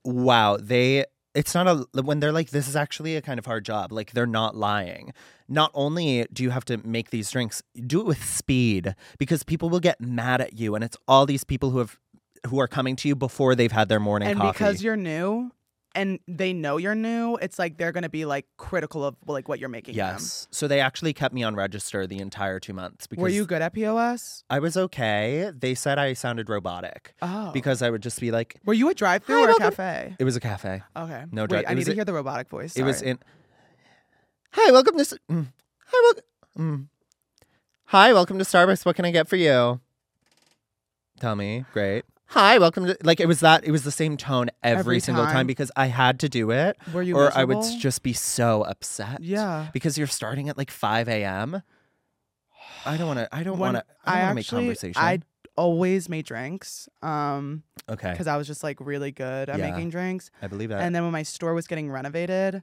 Speaker 1: wow, they it's not a when they're like this is actually a kind of hard job. Like they're not lying. Not only do you have to make these drinks, do it with speed because people will get mad at you and it's all these people who have who are coming to you before they've had their morning
Speaker 2: And
Speaker 1: coffee.
Speaker 2: because you're new, and they know you're new, it's like they're gonna be like critical of like what you're making. them.
Speaker 1: Yes. So they actually kept me on register the entire 2 months because
Speaker 2: Were you good at POS?
Speaker 1: I was okay. They said I sounded robotic
Speaker 2: Oh.
Speaker 1: because I would just be like
Speaker 2: were you a drive-through
Speaker 1: Hi,
Speaker 2: or a
Speaker 1: welcome-
Speaker 2: cafe?
Speaker 1: It was a cafe.
Speaker 2: Okay.
Speaker 1: No
Speaker 2: Wait,
Speaker 1: drive-
Speaker 2: I
Speaker 1: it
Speaker 2: need
Speaker 1: was
Speaker 2: to
Speaker 1: a-
Speaker 2: hear the robotic voice.
Speaker 1: It was
Speaker 2: sorry.
Speaker 1: in. Hi, welcome to. s- Mm. Hi, welcome. Mm. Hi, welcome to Starbucks. What can I get for you? Tell me. Great. hi, welcome to like it was that it was the same tone every,
Speaker 2: Every
Speaker 1: single time.
Speaker 2: time.
Speaker 1: because I had to do it.
Speaker 2: Were you
Speaker 1: or I would
Speaker 2: miserable?
Speaker 1: just be so upset.
Speaker 2: Yeah.
Speaker 1: Because you're starting at like five AM. I don't wanna I don't
Speaker 2: When
Speaker 1: wanna I don't wanna
Speaker 2: actually,
Speaker 1: make conversation.
Speaker 2: I always made drinks um
Speaker 1: okay.
Speaker 2: because I was just like really good at
Speaker 1: Yeah.
Speaker 2: making drinks.
Speaker 1: I believe that.
Speaker 2: And then when my store was getting renovated,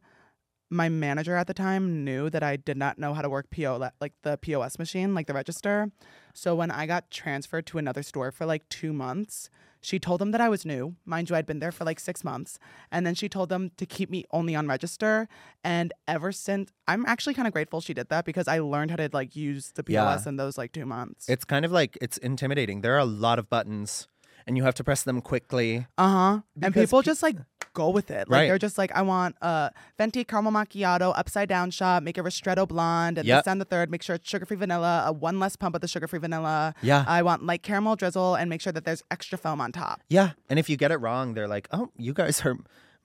Speaker 2: my manager at the time knew that I did not know how to work PO le- like the POS machine, like the register. So when I got transferred to another store for like 2 months, she told them that I was new. Mind you, I'd been there for like 6 months. And then she told them to keep me only on register, and ever since I'm actually kind of grateful she did that because I learned how to like use the
Speaker 1: Yeah.
Speaker 2: POS in those like 2 months.
Speaker 1: it's kind of like it's intimidating. There are a lot of buttons and you have to press them quickly.
Speaker 2: Uh huh. And
Speaker 1: Because
Speaker 2: people
Speaker 1: pe-
Speaker 2: just like go with it. Like
Speaker 1: Right.
Speaker 2: they're just like, I want a venti caramel macchiato upside down shot, make it ristretto blonde, and
Speaker 1: Yep.
Speaker 2: this and the third. Make sure it's sugar free vanilla. A one less pump of the sugar free vanilla.
Speaker 1: Yeah.
Speaker 2: I want light caramel drizzle, and make sure that there's extra foam on top.
Speaker 1: yeah. And if you get it wrong, they're like, Oh, you guys are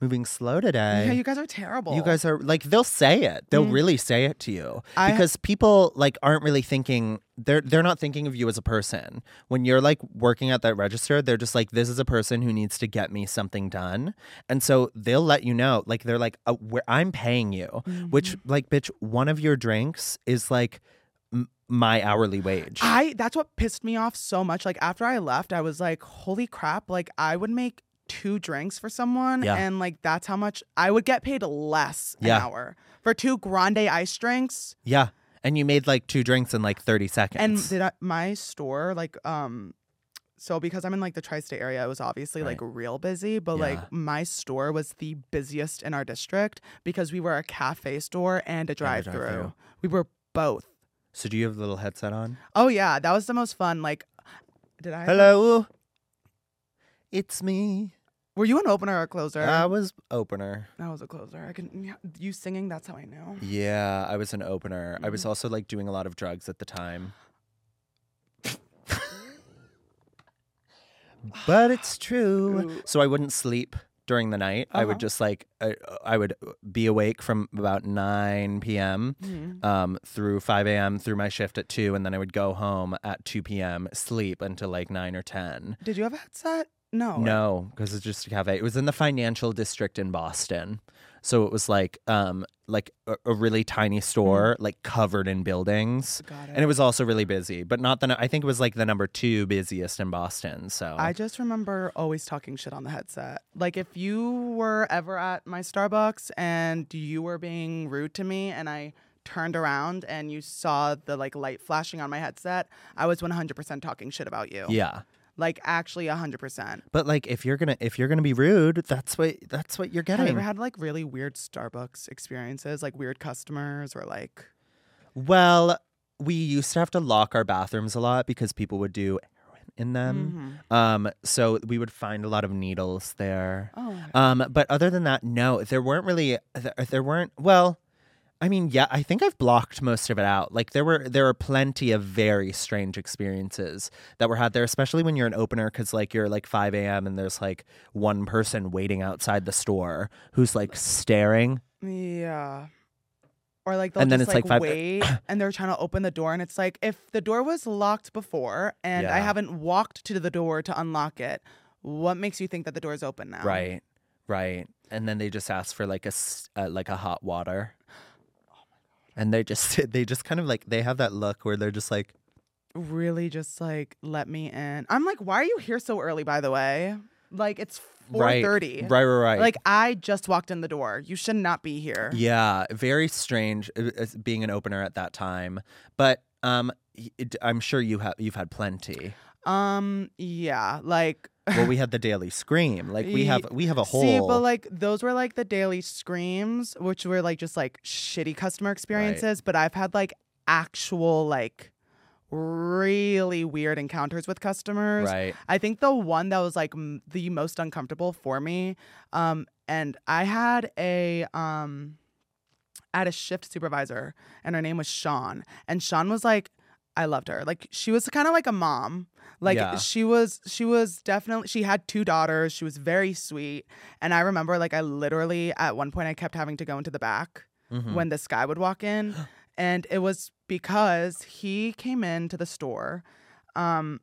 Speaker 1: moving slow today.
Speaker 2: Yeah, you guys are terrible.
Speaker 1: You guys are like they'll say it. They'll really say it to you
Speaker 2: Mm. I-
Speaker 1: because people like aren't really thinking they're they're not thinking of you as a person. When you're like working at that register, they're just like this is a person who needs to get me something done. And so they'll let you know like they're like uh, where I'm paying you, which
Speaker 2: Mm-hmm.
Speaker 1: like bitch one of your drinks is like m- my hourly wage.
Speaker 2: I that's what pissed me off so much. Like after I left, I was like, holy crap, like I would make two drinks for someone
Speaker 1: Yeah.
Speaker 2: and like that's how much I would get paid less
Speaker 1: Yeah.
Speaker 2: an hour. For two grande ice drinks,
Speaker 1: yeah. And you made like two drinks in like 30 seconds.
Speaker 2: And did I, my store like um so because I'm in like the tri-state area, it was obviously like real busy, but
Speaker 1: Yeah.
Speaker 2: like my store was the busiest in our district because we were a cafe store and a drive-through.
Speaker 1: drive-thru.
Speaker 2: We were both.
Speaker 1: so do you have the little headset on?
Speaker 2: Oh yeah, that was the most fun. Like did I
Speaker 1: Hello. It's me.
Speaker 2: Were you an opener or a closer?
Speaker 1: I was opener.
Speaker 2: I was a closer. I can yeah, you singing, that's how I know.
Speaker 1: Yeah, I was an opener. I was also like doing a lot of drugs at the time. but it's true.
Speaker 2: Ooh.
Speaker 1: So I wouldn't sleep during the night. I would
Speaker 2: Uh-huh.
Speaker 1: just like I, I would be awake from about 9 p.m.
Speaker 2: Hmm.
Speaker 1: Um, through 5 a.m. through my shift at 2 and then I would go home at 2 p.m. sleep until like 9 or 10.
Speaker 2: Did you have a headset? No.
Speaker 1: No, because it's just a cafe. It was in the financial district in Boston, so it was like um like a, a really tiny store, like covered in buildings,
Speaker 2: Got it.
Speaker 1: and it was also really busy, but not the. nu- I think it was like the number two busiest in Boston. So
Speaker 2: I just remember always talking shit on the headset. Like if you were ever at my Starbucks and you were being rude to me and I turned around and you saw the like light flashing on my headset, I was 100% talking shit about you.
Speaker 1: yeah.
Speaker 2: Like actually 100%.
Speaker 1: But like, if you're gonna if you're gonna be rude, that's what that's what you're
Speaker 2: Have you
Speaker 1: getting.
Speaker 2: ever had like really weird Starbucks experiences, like weird customers or like
Speaker 1: well, we used to have to lock our bathrooms a lot because people would do heroin in
Speaker 2: Mm-hmm.
Speaker 1: them. Um, so we would find a lot of needles there.
Speaker 2: oh
Speaker 1: Um, but other than that, no, there weren't really. There, there weren't. Well, I mean, yeah, I think I've blocked most of it out. Like there were there were plenty of very strange experiences that were had there, especially when you're an opener, because like you're like 5 a.m. and there's like one person waiting outside the store who's like staring.
Speaker 2: Yeah. Or like they'll
Speaker 1: And then
Speaker 2: just
Speaker 1: it's
Speaker 2: like,
Speaker 1: like five-
Speaker 2: wait and they're trying to open the door and it's like if the door was locked before and I
Speaker 1: Yeah.
Speaker 2: haven't walked to the door to unlock it, what makes you think that the door's open now?
Speaker 1: Right, right. And then they just ask for like a s- uh, like a hot water. And they just they just kind of like they have that look where they're just like
Speaker 2: Really just like let me in. I'm like, why are you here so early by the way? Like it's four
Speaker 1: right,
Speaker 2: thirty.
Speaker 1: right, right, right.
Speaker 2: Like I just walked in the door. You should not be here.
Speaker 1: Yeah, very strange uh, as being an opener at that time, but um, y- it- I'm sure you have you've had plenty.
Speaker 2: Um yeah, like
Speaker 1: Well, we had the Daily Scream, like we have we have a whole.
Speaker 2: See, but like those were like the daily screams, which were like just like shitty customer experiences. But I've had like actual like really weird encounters with customers.
Speaker 1: Right.
Speaker 2: I think the one that was like m- the most uncomfortable for me, um, and I had a um, I had a shift supervisor, and her name was Sean, and Sean was like. I loved her. Like she was kind of like a mom. Like
Speaker 1: Yeah.
Speaker 2: she was she was definitely she had two daughters. She was very sweet. And I remember like I literally at one point I kept having to go into the back
Speaker 1: Mhm.
Speaker 2: when this guy would walk in. And it was because he came into the store. Um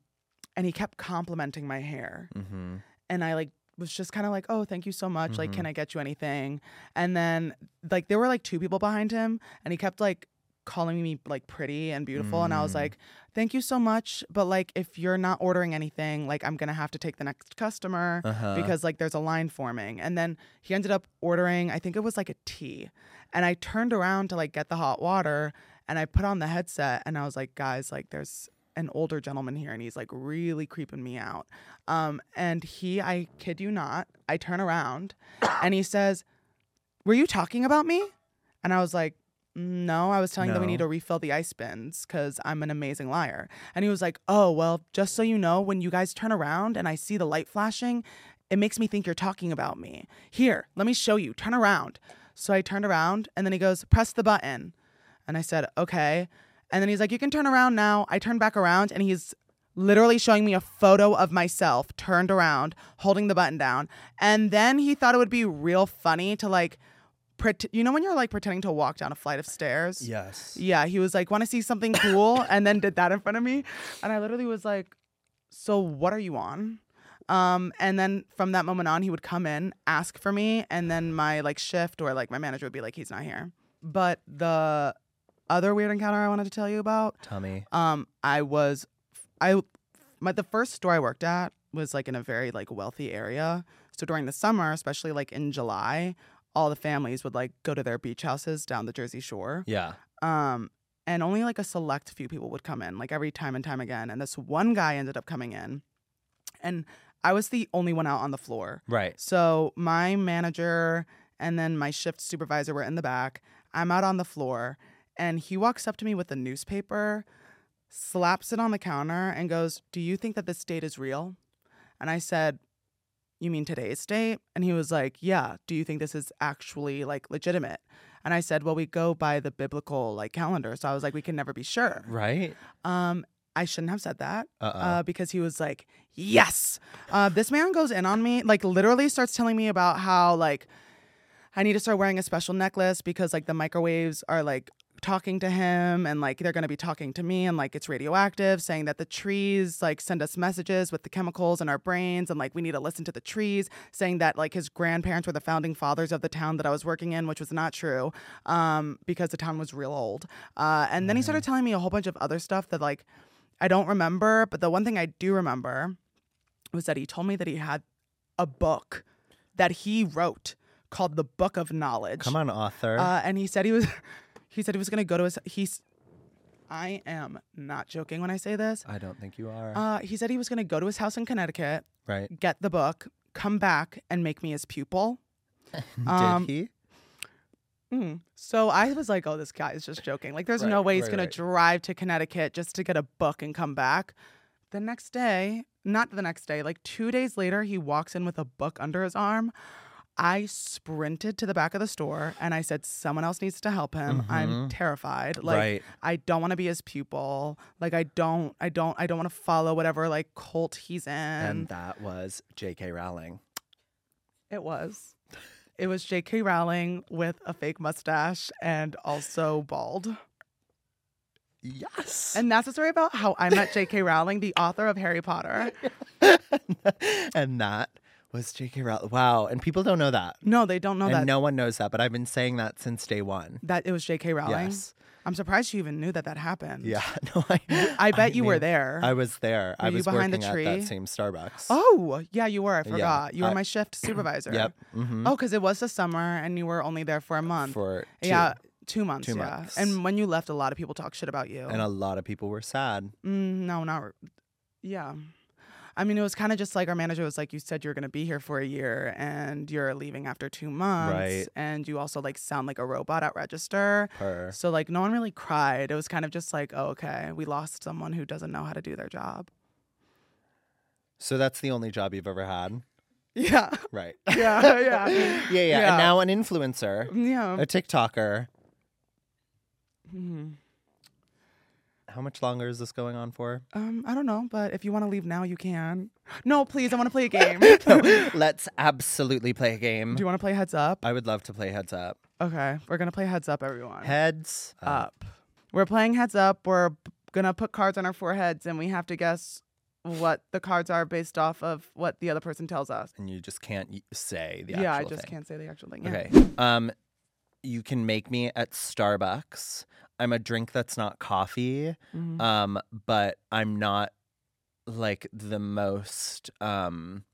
Speaker 2: and he kept complimenting my hair
Speaker 1: Mm-hmm.
Speaker 2: and I like was just kind of like, "Oh, thank you so much. Like,
Speaker 1: Mhm.
Speaker 2: can I get you anything?" And then like there were like two people behind him, and he kept like calling me like pretty and beautiful, and I was
Speaker 1: Mm.
Speaker 2: like, "Thank you so much, but like if you're not ordering anything, like I'm going to have to take the next customer."
Speaker 1: Uh-huh.
Speaker 2: Because like there's a line forming, and then he ended up ordering. I think it was like a tea, and I turned around to like get the hot water, and I put on the headset, and I was like, guys, like there's an older gentleman here, and he's like really creeping me out. Um, and he, I kid you not, I turn around, and he says, "Were you talking about me?" And I was like. No, I was telling them we
Speaker 1: No.
Speaker 2: need to refill the ice bins because I'm an amazing liar. And he was like, Oh, well, just so you know, when you guys turn around and I see the light flashing, it makes me think you're talking about me. Here, let me show you. Turn around. So I turned around and then he goes, Press the button. And I said, Okay. And then he's like, You can turn around now. I turned back around and he's literally showing me a photo of myself turned around, holding the button down. And then he thought it would be real funny to like, pret- you know, when you're like pretending to walk down a flight of stairs?
Speaker 1: yes.
Speaker 2: Yeah, he was like, "Want to see something cool?" and then did that in front of me, and I literally was like, "So what are you on?" Um, and then from that moment on, he would come in, ask for me, and then my like shift or like my manager would be like, "He's not here." But the other weird encounter I wanted to tell you about,
Speaker 1: Tommy.
Speaker 2: um, I was, I, my the first store I worked at was like in a very like wealthy area. So during the summer, especially like in July, all the families would like go to their beach houses down the Jersey Shore.
Speaker 1: Yeah.
Speaker 2: Um, and only like a select few people would come in, like every time and time again. And this one guy ended up coming in, and I was the only one out on the floor.
Speaker 1: Right.
Speaker 2: So my manager and then my shift supervisor were in the back. I'm out on the floor, and he walks up to me with a newspaper, slaps it on the counter, and goes, Do you think that this date is real? And I said, You mean today's date? And he was like, Yeah. Do you think this is actually like legitimate? And I said, Well, we go by the biblical like calendar. So I was like, We can never be sure.
Speaker 1: Right. Uh-uh.
Speaker 2: Um, I shouldn't have said that
Speaker 1: Uh-oh.
Speaker 2: uh, because he was like, "Yes." Uh, this man goes in on me, like literally starts telling me about how like I need to start wearing a special necklace because like the microwaves are like talking to him and like they're going to be talking to me and like it's radioactive saying that the trees like send us messages with the chemicals in our brains and like we need to listen to the trees saying that like his grandparents were the founding fathers of the town that I was working in which was not true um because the town was real old uh and then he started telling me a whole bunch of other stuff that like I don't remember, but the one thing I do remember was that he told me that he had a book that he wrote called The Book of Knowledge.
Speaker 1: Come on, author.
Speaker 2: Uh, and he said he was, he said he was going to go to his. He's, I am not joking when I say this.
Speaker 1: I don't think you are.
Speaker 2: Uh, he said he was going to go to his house in Connecticut,
Speaker 1: right.
Speaker 2: get the book, come back, and make me his pupil. um,
Speaker 1: Did he?
Speaker 2: Mm. So I was like, oh, this guy is just joking. Like, there's no
Speaker 1: Right,
Speaker 2: way he's
Speaker 1: right,
Speaker 2: going
Speaker 1: right.
Speaker 2: to drive to Connecticut just to get a book and come back. The next day, not the next day, like two days later, he walks in with a book under his arm. I sprinted to the back of the store and I said, someone else needs to help him. I'm terrified. Like,
Speaker 1: Mm-hmm. right.
Speaker 2: I don't want to be his pupil. Like, I don't, I don't, I don't want to follow whatever like cult he's in.
Speaker 1: And that was J.K. Rowling.
Speaker 2: It was. It was J.K. Rowling with a fake mustache and also bald.
Speaker 1: Yes.
Speaker 2: And that's a story about how I met J.K. Rowling, the author of Harry Potter.
Speaker 1: and that was J.K. Rowling. Wow. And people don't know that.
Speaker 2: No, they don't know
Speaker 1: and
Speaker 2: that.
Speaker 1: no one knows that, but I've been saying that since day one.
Speaker 2: That it was J.K. Rowling.
Speaker 1: Yes.
Speaker 2: I'm surprised you even knew that that happened.
Speaker 1: Yeah. No, I,
Speaker 2: I bet Mm. you were
Speaker 1: mean,
Speaker 2: there.
Speaker 1: I was there. I
Speaker 2: Were you
Speaker 1: was
Speaker 2: behind the
Speaker 1: working at
Speaker 2: tree?
Speaker 1: that same Starbucks.
Speaker 2: oh, yeah, you were. I forgot. you were
Speaker 1: I-
Speaker 2: my shift supervisor.
Speaker 1: Yep. hmm
Speaker 2: Oh, because it was the summer and you were only there for a month.
Speaker 1: For two.
Speaker 2: Yeah, two months.
Speaker 1: Two
Speaker 2: yeah.
Speaker 1: months.
Speaker 2: And when you left, a lot of people talk shit about you.
Speaker 1: And a lot of people were sad.
Speaker 2: Mm, no, not. re- Yeah. I mean, it was kind of just like our manager was like, "You said you were going to be here for a year, and you're leaving after two months,
Speaker 1: Right.
Speaker 2: and you also like sound like a robot at register."
Speaker 1: Her.
Speaker 2: So like, no one really cried. It was kind of just like, "Oh, okay, we lost someone who doesn't know how to do their job."
Speaker 1: So that's the only job you've ever had.
Speaker 2: Yeah,
Speaker 1: Right.
Speaker 2: yeah,
Speaker 1: yeah, yeah.
Speaker 2: yeah,
Speaker 1: And
Speaker 2: Yeah. Mm-hmm.
Speaker 1: now Uh, an influencer,
Speaker 2: yeah.
Speaker 1: a TikToker.
Speaker 2: Mhm.
Speaker 1: How much longer is this going on for?
Speaker 2: Um, I don't know, but if you want to leave now, you can. No, please, I want to play a game. Do
Speaker 1: Let's absolutely play a game.
Speaker 2: you want to play heads up?
Speaker 1: I would love to play heads up.
Speaker 2: Okay, we're gonna play heads up, everyone.
Speaker 1: Heads
Speaker 2: uh,
Speaker 1: up.
Speaker 2: up. We're playing heads up. We're b- gonna put cards on our foreheads, and we have to guess what the cards are based off of what the other person tells us.
Speaker 1: and you just can't y- say the actual
Speaker 2: Yeah, I just
Speaker 1: thing.
Speaker 2: can't say the actual thing. Yeah.
Speaker 1: Okay. Um, you can make me at Starbucks. I'm a drink that's not coffee,
Speaker 2: Mhm.
Speaker 1: um, but I'm not like the most. Um,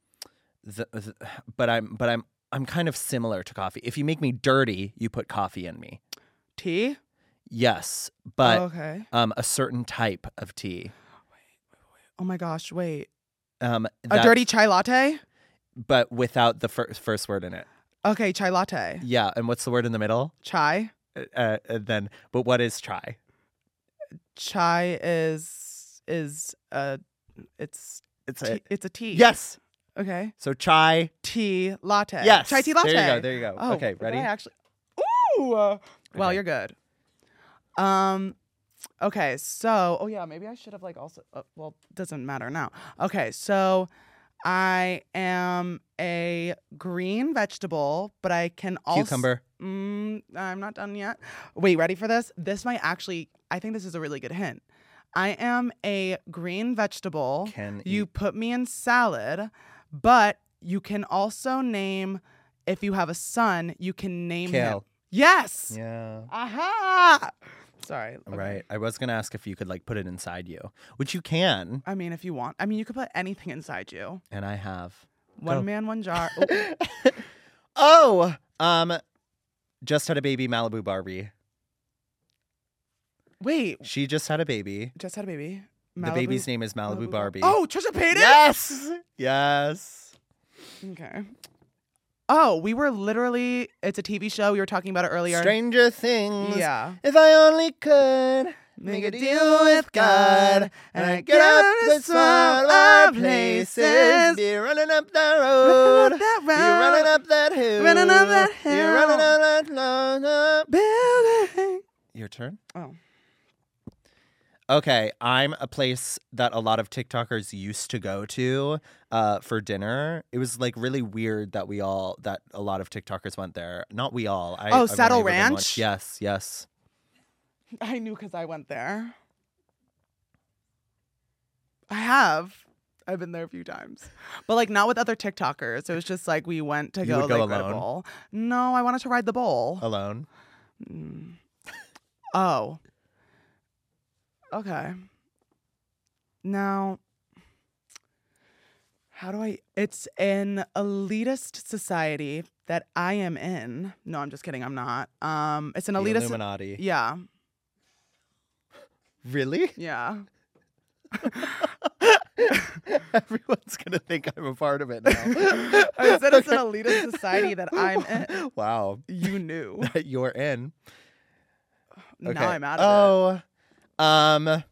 Speaker 1: the, the, but I'm but I'm I'm kind of similar to coffee. If you make me dirty, you put coffee in me.
Speaker 2: Tea?
Speaker 1: Yes, but
Speaker 2: Oh, okay.
Speaker 1: um, a certain type of tea.
Speaker 2: Oh my gosh, wait.
Speaker 1: Um,
Speaker 2: A
Speaker 1: that's-
Speaker 2: dirty chai latte?
Speaker 1: but without the fir- first word in it.
Speaker 2: Okay, chai latte.
Speaker 1: Yeah, and what's the word in the middle?
Speaker 2: Chai.
Speaker 1: Uh, Uh, and then, but what is try?
Speaker 2: Chai is is a it's
Speaker 1: It's
Speaker 2: tea, it's a tea.
Speaker 1: yes.
Speaker 2: Okay.
Speaker 1: So chai.
Speaker 2: Tea latte.
Speaker 1: Yes.
Speaker 2: Chai tea latte.
Speaker 1: There you go. There you go.
Speaker 2: Oh,
Speaker 1: okay,
Speaker 2: did
Speaker 1: ready?
Speaker 2: I actually. Ooh. uh, Well,
Speaker 1: Okay.
Speaker 2: you're good. Um. Okay. So. Oh yeah. Maybe I should have like also. Uh, well, doesn't matter now. Okay. So, I am a green vegetable, but I can also.
Speaker 1: Cucumber.
Speaker 2: Mm, I'm not done yet. Wait. Ready for this? This might actually. I think this is a really good hint. I am a green vegetable.
Speaker 1: Can
Speaker 2: You
Speaker 1: eat-
Speaker 2: put me in salad, but you can also name if you have a son, you can name him.
Speaker 1: kale?
Speaker 2: Yes.
Speaker 1: Yeah.
Speaker 2: Aha. Sorry. okay.
Speaker 1: Right. I was gonna ask if you could like put it inside you, which you can,
Speaker 2: I mean, if you want, I mean, you could put anything inside you.
Speaker 1: and I have.
Speaker 2: One
Speaker 1: Go.
Speaker 2: man, one jar. Ooh.
Speaker 1: Oh, um, just had a baby, Malibu Barbie.
Speaker 2: Wait,
Speaker 1: She just had a baby.
Speaker 2: just had a baby.
Speaker 1: The
Speaker 2: Malibu-
Speaker 1: baby's name is Malibu,
Speaker 2: Bar-
Speaker 1: Barbie.
Speaker 2: Oh, Trisha Paytas.
Speaker 1: yes, yes.
Speaker 2: Okay. Oh, we were literally. It's a TV show. We were talking about it earlier.
Speaker 1: Stranger Things.
Speaker 2: Yeah.
Speaker 1: If I only could make a deal with God, and I get up the small places, be running up that road.
Speaker 2: Running up that
Speaker 1: You're running up that hill.
Speaker 2: road. Running up that
Speaker 1: You're running
Speaker 2: hill.
Speaker 1: up that long up.
Speaker 2: building.
Speaker 1: Your turn.
Speaker 2: Oh.
Speaker 1: Okay, I'm a place that a lot of TikTokers used to go to uh, for dinner. It was like really weird that we all that a lot of TikTokers went there. Not we all. I,
Speaker 2: Oh,
Speaker 1: I've
Speaker 2: Saddle
Speaker 1: only ever been once.
Speaker 2: Ranch?
Speaker 1: Yes, yes.
Speaker 2: I knew because I went there. I have. I've been there a few times, but like not with other TikTokers. It was just like we went to
Speaker 1: You
Speaker 2: go,
Speaker 1: would go
Speaker 2: like ride a
Speaker 1: alone?
Speaker 2: bowl. No, I wanted to ride the bowl.
Speaker 1: Alone.
Speaker 2: Mm. Oh. Okay. Now, how do I? It's an elitist society that I am in. No, I'm just kidding. I'm not. Um, it's an
Speaker 1: The
Speaker 2: elitist.
Speaker 1: Illuminati.
Speaker 2: yeah.
Speaker 1: Really?
Speaker 2: Yeah.
Speaker 1: Everyone's gonna think I'm a part of it now.
Speaker 2: I said it's an elitist society that I'm in.
Speaker 1: Wow.
Speaker 2: You knew.
Speaker 1: You're in.
Speaker 2: Now I'm out of
Speaker 1: oh, um,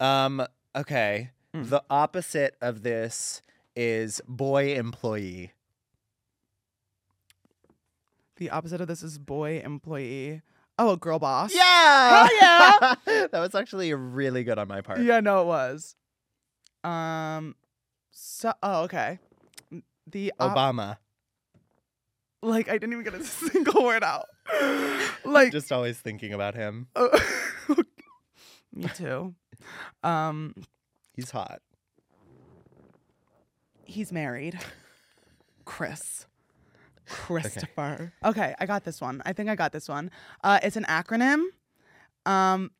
Speaker 1: um. Okay.
Speaker 2: Mm.
Speaker 1: The opposite of this is boy employee.
Speaker 2: it. The opposite of this is boy employee. Oh, a girl boss.
Speaker 1: Yeah.
Speaker 2: Hell
Speaker 1: yeah. that was actually really good on my part.
Speaker 2: Yeah, no, it was. Um, so oh, okay. The
Speaker 1: Oh,
Speaker 2: op-
Speaker 1: Obama.
Speaker 2: like I didn't even get a single word out. like
Speaker 1: Just always thinking about him.
Speaker 2: uh, me too. Um,
Speaker 1: He's hot.
Speaker 2: he's married. Chris. Christopher. Okay. I got this one. I think I got this one. Uh, it's an acronym, um,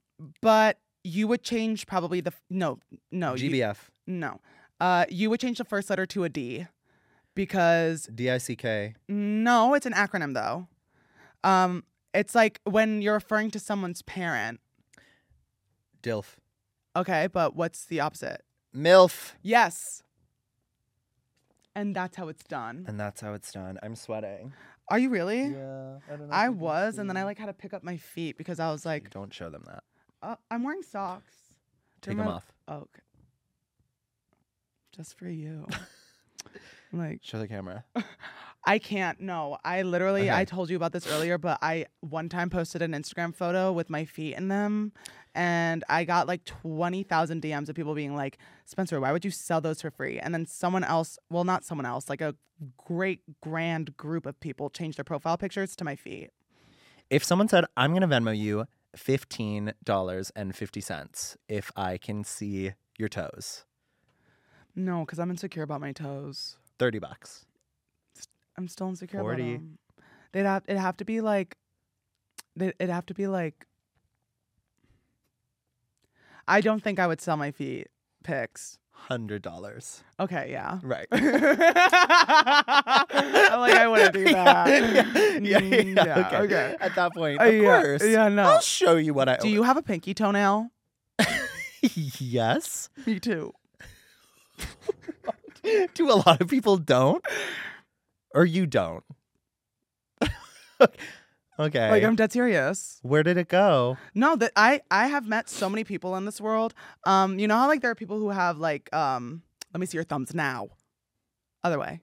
Speaker 2: but you would change probably the f- no no you-
Speaker 1: GBF.
Speaker 2: no. Uh, you would change the first letter to a D, because
Speaker 1: D I C K.
Speaker 2: no, it's an acronym though. Um, it's like when you're referring to someone's parent.
Speaker 1: Dilf.
Speaker 2: Okay, but what's the opposite?
Speaker 1: MILF.
Speaker 2: Yes. And that's how it's done.
Speaker 1: And that's how it's done. I'm sweating.
Speaker 2: Are you really?
Speaker 1: Yeah. I, don't know
Speaker 2: I was, and then I like had to pick up my feet because I was like,
Speaker 1: Don't show them that.
Speaker 2: oh, I'm wearing socks.
Speaker 1: Take
Speaker 2: They're
Speaker 1: them
Speaker 2: my-
Speaker 1: off.
Speaker 2: Oh, okay. Just for you. I'm like,
Speaker 1: Show the camera.
Speaker 2: I can't. No, I literally,
Speaker 1: Okay.
Speaker 2: I told you about this earlier, but I one time posted an Instagram photo with my feet in them, and I got like 20,000 DMs of people being like, Spencer, why would you sell those for free? And then someone else, well, not someone else, like a great, grand group of people changed their profile pictures to my feet.
Speaker 1: If someone said, I'm going to Venmo you $15.50 if I can see your toes,
Speaker 2: No, because I'm insecure about my toes.
Speaker 1: 30 bucks.
Speaker 2: I'm still insecure
Speaker 1: 40.
Speaker 2: about 'em. They'd have it'd have to be like they- it'd have to be like I don't think I would sell my feet pics.
Speaker 1: $100.
Speaker 2: Okay, yeah.
Speaker 1: Right.
Speaker 2: I'm like I wouldn't do
Speaker 1: Yeah,
Speaker 2: that.
Speaker 1: Yeah, yeah,
Speaker 2: Mm,
Speaker 1: yeah,
Speaker 2: yeah,
Speaker 1: okay.
Speaker 2: okay.
Speaker 1: At that point,
Speaker 2: Uh,
Speaker 1: of
Speaker 2: yeah,
Speaker 1: course. Oh,
Speaker 2: Yeah, no.
Speaker 1: I'll show you what I
Speaker 2: Do you have a pinky toenail?
Speaker 1: yes.
Speaker 2: Me too.
Speaker 1: Do a lot of people don't? Or you don't? okay.
Speaker 2: Like I'm dead serious.
Speaker 1: Where did it go?
Speaker 2: No, that I I have met so many people in this world. Um, you know how like there are people who have like um, let me see your thumbs now. Other way.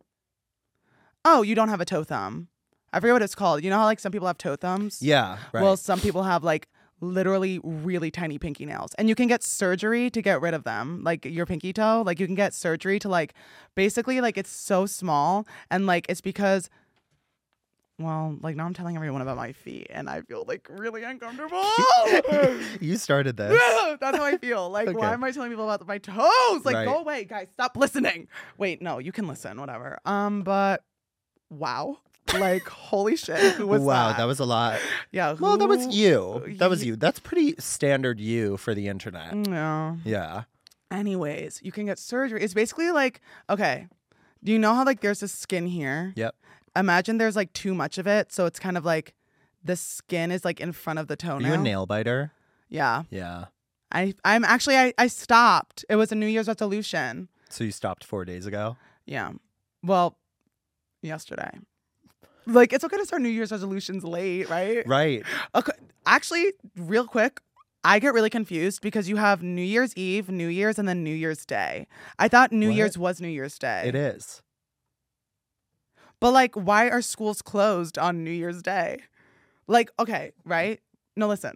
Speaker 2: Oh, you don't have a toe thumb. I forget what it's called. You know how like some people have toe thumbs.
Speaker 1: Yeah. Right.
Speaker 2: Well, some people have like literally really tiny pinky nails, and you can get surgery to get rid of them. Like your pinky toe, like you can get surgery to like basically like it's so small, and like it's because. Well, like now I'm telling everyone about my feet, and I feel like really uncomfortable.
Speaker 1: you started this.
Speaker 2: That's how I feel. Like,
Speaker 1: Okay.
Speaker 2: why am I telling people about my toes? Like,
Speaker 1: Right.
Speaker 2: go away, guys. Stop listening. Wait, no, you can listen, whatever. Um, but wow. Like, holy shit. Who was
Speaker 1: wow,
Speaker 2: that?
Speaker 1: that was a lot.
Speaker 2: yeah. Who,
Speaker 1: Well, that was you.
Speaker 2: who-
Speaker 1: That was
Speaker 2: y-
Speaker 1: you. That's pretty standard you for the internet.
Speaker 2: Mm. Yeah.
Speaker 1: Yeah.
Speaker 2: Anyways, you can get surgery. It's basically like, okay, do you know how like there's this skin here?
Speaker 1: Yep.
Speaker 2: Imagine there's like too much of it, so it's kind of like the skin is like in front of the
Speaker 1: Are
Speaker 2: toenail.
Speaker 1: you a nail biter?
Speaker 2: Yeah.
Speaker 1: Yeah.
Speaker 2: I I'm actually I, I stopped. It was a New Year's resolution.
Speaker 1: So you stopped four days ago?
Speaker 2: Yeah. Well, yesterday. Like it's okay to start New Year's resolutions late, right?
Speaker 1: Right.
Speaker 2: Okay. Actually, real quick, I get really confused because you have New Year's Eve, New Year's, and then New Year's Day. I thought New
Speaker 1: What?
Speaker 2: Year's was New Year's Day.
Speaker 1: It is.
Speaker 2: But like, why are schools closed on New Year's Day? Like, okay, right? No, listen.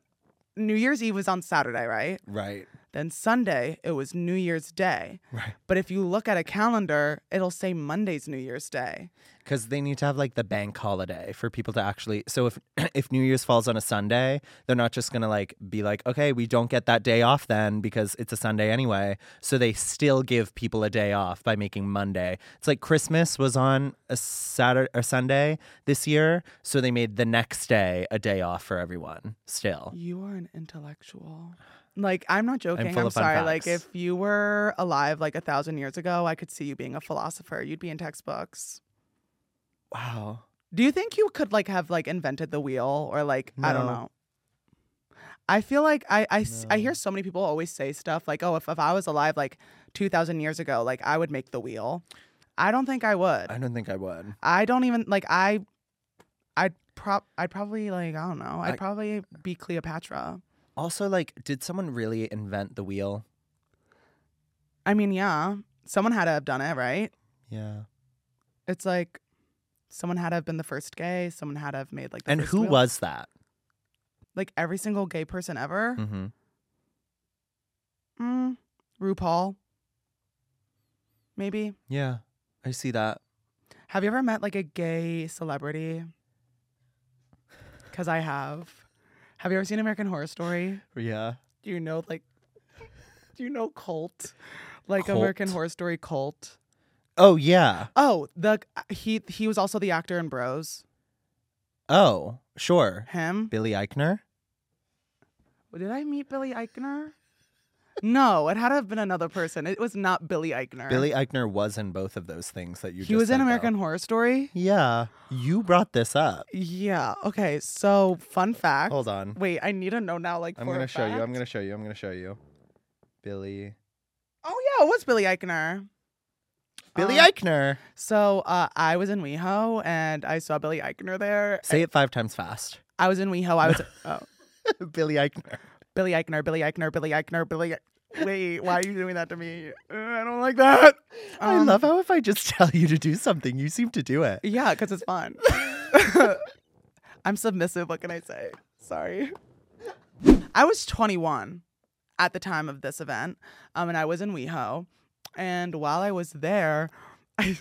Speaker 2: New Year's Eve was on Saturday, right?
Speaker 1: Right.
Speaker 2: Then Sunday, it was New Year's Day.
Speaker 1: Right.
Speaker 2: But if you look at a calendar, it'll say Monday's New Year's Day.
Speaker 1: Because they need to have like the bank holiday for people to actually. So if if New Year's falls on a Sunday, they're not just gonna like be like, okay, we don't get that day off then because it's a Sunday anyway. So they still give people a day off by making Monday. It's like Christmas was on a Saturday or Sunday this year, so they made the next day a day off for everyone. Still,
Speaker 2: You are an intellectual. Like I'm not joking. I'm,
Speaker 1: full of fun
Speaker 2: sorry. Like
Speaker 1: facts.
Speaker 2: if you were alive like a thousand years ago, I could see you being a philosopher. You'd be in textbooks.
Speaker 1: wow.
Speaker 2: Do you think you could like have like invented the wheel or like I don't
Speaker 1: No.
Speaker 2: know? I feel like I I s- I
Speaker 1: No.
Speaker 2: hear so many people always say stuff like, "Oh, if if I was alive like 2000 years ago, like I would make the wheel." I don't think I would.
Speaker 1: I don't think I would.
Speaker 2: I don't even like I I'd prop I'd probably like I don't know. I'd
Speaker 1: I-
Speaker 2: probably be Cleopatra.
Speaker 1: Also, like, did someone really invent the wheel?
Speaker 2: I mean, yeah, someone had to have done it, right?
Speaker 1: Yeah.
Speaker 2: It's like someone had to have been the first gay, someone had to have made like the
Speaker 1: And
Speaker 2: first
Speaker 1: who
Speaker 2: wheel.
Speaker 1: was that?
Speaker 2: like every single gay person ever?
Speaker 1: Mm-hmm. Hmm.
Speaker 2: Mm. RuPaul, maybe.
Speaker 1: Yeah, I see that.
Speaker 2: Have you ever met like a gay celebrity? Because I have. Have you ever seen American Horror Story?
Speaker 1: Yeah.
Speaker 2: Do you know like? Do you know Cult? Like
Speaker 1: Cult?
Speaker 2: American Horror Story Cult.
Speaker 1: Oh yeah.
Speaker 2: Oh, the he he was also the actor in Bros.
Speaker 1: Oh, sure.
Speaker 2: Him.
Speaker 1: Billy Eichner?
Speaker 2: Did I meet Billy Eichner? No, it had to have been another person. It was not Billy Eichner.
Speaker 1: Billy Eichner was in both of those things that you
Speaker 2: He
Speaker 1: just
Speaker 2: was in
Speaker 1: said, though.
Speaker 2: American Horror Story.
Speaker 1: Yeah. You brought this up.
Speaker 2: Yeah. Okay. So, fun fact.
Speaker 1: Hold on.
Speaker 2: Wait, I need to know now. Like,
Speaker 1: I'm
Speaker 2: for
Speaker 1: going to
Speaker 2: a
Speaker 1: show you. I'm
Speaker 2: fact.
Speaker 1: going to show you. I'm going to show you. Billy
Speaker 2: Oh yeah, it was Billy Eichner.
Speaker 1: Billy
Speaker 2: Uh,
Speaker 1: Eichner.
Speaker 2: So uh, I was in WeHo and I saw Billy Eichner there.
Speaker 1: Say it 5 times fast.
Speaker 2: I was in WeHo. I was oh,
Speaker 1: Billy Eichner.
Speaker 2: Billy Eichner, Billy Eichner, Billy Eichner, Billy. Eich- Wait, why are you doing that to me? Uh, I don't like that.
Speaker 1: I
Speaker 2: Um,
Speaker 1: love how if I just tell you to do something, you seem to do it.
Speaker 2: Yeah, because it's fun. I'm submissive. What can I say? Sorry. I was 21 at the time of this event, um, and I was in WeHo. And while I was there, I,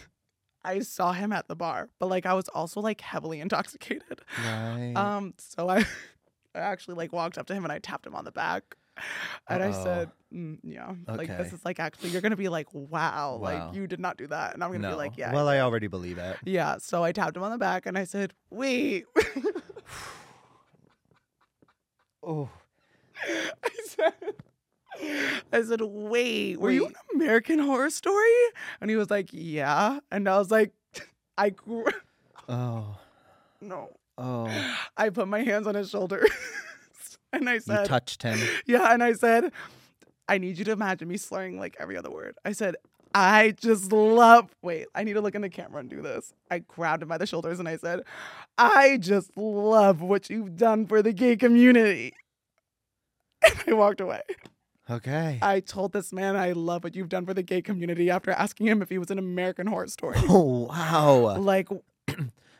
Speaker 2: I saw him at the bar, but like I was also like heavily intoxicated.
Speaker 1: Right.
Speaker 2: Um, so I, I actually like walked up to him and I tapped him on the back. And I
Speaker 1: Uh-oh.
Speaker 2: said, mm, yeah, like this
Speaker 1: Okay.
Speaker 2: is like actually, you're gonna be like,
Speaker 1: Wow.
Speaker 2: wow, like you did not do that, and I'm gonna
Speaker 1: no.
Speaker 2: be like, yeah,
Speaker 1: Well, I already believe it.
Speaker 2: yeah. So I tapped him on the back and I said, wait,
Speaker 1: Oh.
Speaker 2: I said, I said, wait, were you
Speaker 1: Wait.
Speaker 2: an American Horror Story? And he was like, yeah, and I was like, I grew,
Speaker 1: Oh.
Speaker 2: no,
Speaker 1: Oh.
Speaker 2: I put my hands on his shoulders and I
Speaker 1: You
Speaker 2: said,
Speaker 1: touched him.
Speaker 2: Yeah, and I said, I need you to imagine me slurring like every other word. I said, I just love. Wait, I need to look in the camera and do this. I grabbed him by the shoulders and I said, I just love what you've done for the gay community. And I walked away.
Speaker 1: Okay.
Speaker 2: I told this man I love what you've done for the gay community after asking him if he was an American horror story.
Speaker 1: Oh wow.
Speaker 2: Like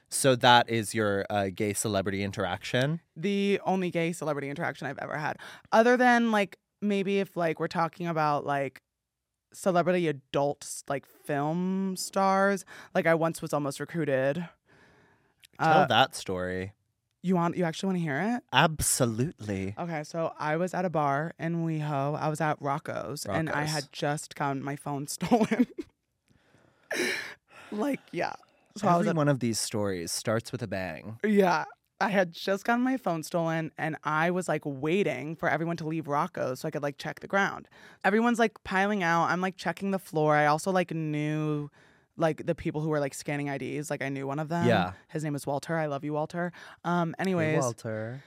Speaker 1: So that is your uh, gay celebrity interaction.
Speaker 2: the only gay celebrity interaction I've ever had. Other than like maybe if like we're talking about like celebrity adults like film stars, like I once was almost recruited.
Speaker 1: Tell
Speaker 2: Uh,
Speaker 1: that story.
Speaker 2: you want you actually want to hear it?
Speaker 1: Absolutely.
Speaker 2: Okay, so I was at a bar in WeHo. I was at Rocco's, and I
Speaker 1: Rocco's.
Speaker 2: had just gotten my phone stolen. like yeah, so I was
Speaker 1: Every
Speaker 2: at
Speaker 1: one of these stories starts with a bang.
Speaker 2: Yeah. I had just gotten my phone stolen and I was like waiting for everyone to leave Rocco so I could like check the ground. Everyone's like piling out. I'm like checking the floor. I also like knew like the people who were like scanning IDs. Like I knew one of them.
Speaker 1: Yeah.
Speaker 2: His name is Walter. I love you, Walter. Um, anyways,
Speaker 1: Walter.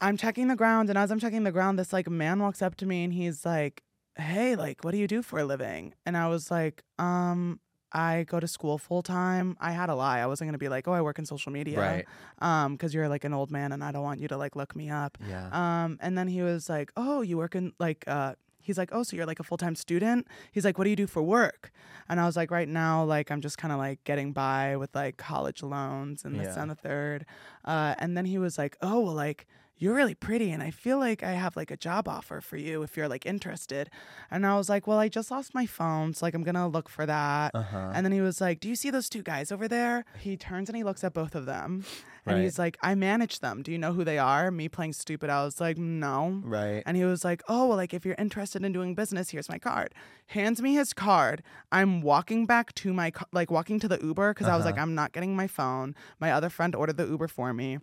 Speaker 2: I'm checking the ground, and as I'm checking the ground, this like man walks up to me and he's like, "Hey, like, what do you do for a living?" And I was like, "Um, I go to school full time. I had a lie. I wasn't gonna be like, oh, I work in social media,
Speaker 1: Right.
Speaker 2: Um, because you're like an old man, and I don't want you to like look me up.
Speaker 1: Yeah.
Speaker 2: Um, and then he was like, "Oh, you work in like uh." He's like, "Oh, so you're like a full time student?" He's like, "What do you do for work?" And I was like, "Right now, like I'm just kind of like getting by with like college loans and this
Speaker 1: Yeah.
Speaker 2: and the third. Uh, and then he was like, "Oh, well, like you're really pretty, and I feel like I have like a job offer for you if you're like interested." And I was like, "Well, I just lost my phone, so like I'm gonna look for that."
Speaker 1: Uh huh.
Speaker 2: And then he was like, Do you see those two guys over there? He turns and he looks at both of them. And
Speaker 1: Right.
Speaker 2: he's like, I manage them. Do you know who they are? Me playing stupid. I was like, No.
Speaker 1: Right.
Speaker 2: And he was like, Oh, well, like if you're interested in doing business, here's my card. Hands me his card. I'm walking back to my, ca- like walking to the Uber because I was
Speaker 1: Uh-huh.
Speaker 2: like, I'm not getting my phone. My other friend ordered the Uber for me.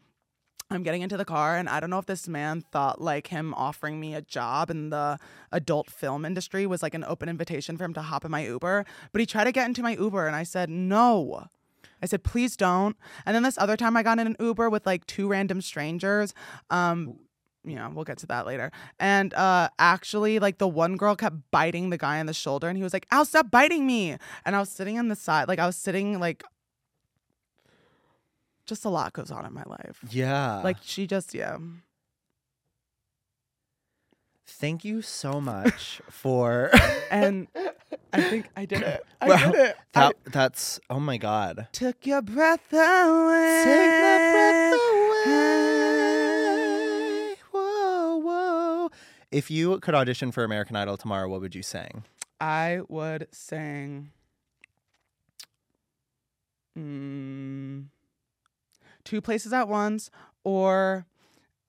Speaker 2: I'm getting into the car, and I don't know if this man thought like him offering me a job in the adult film industry was like an open invitation for him to hop in my Uber, but he tried to get into my Uber, and I said, no. I said, please don't. And then this other time I got in an Uber with like two random strangers. Um, you know, we'll get to that later. And uh, actually, like the one girl kept biting the guy on the shoulder, and he was like, ow, stop biting me. And I was sitting on the side, like I was sitting like, just a lot goes on in my life.
Speaker 1: yeah.
Speaker 2: Like she just yeah.
Speaker 1: Thank you so much for
Speaker 2: And I think I did it. I
Speaker 1: Wow.
Speaker 2: did it. I
Speaker 1: that. That's oh my god.
Speaker 2: took your breath away.
Speaker 1: Take my breath away. Whoa, whoa. If you could audition for American Idol tomorrow, what would you sing?
Speaker 2: I would sing mm, Two Places at Once or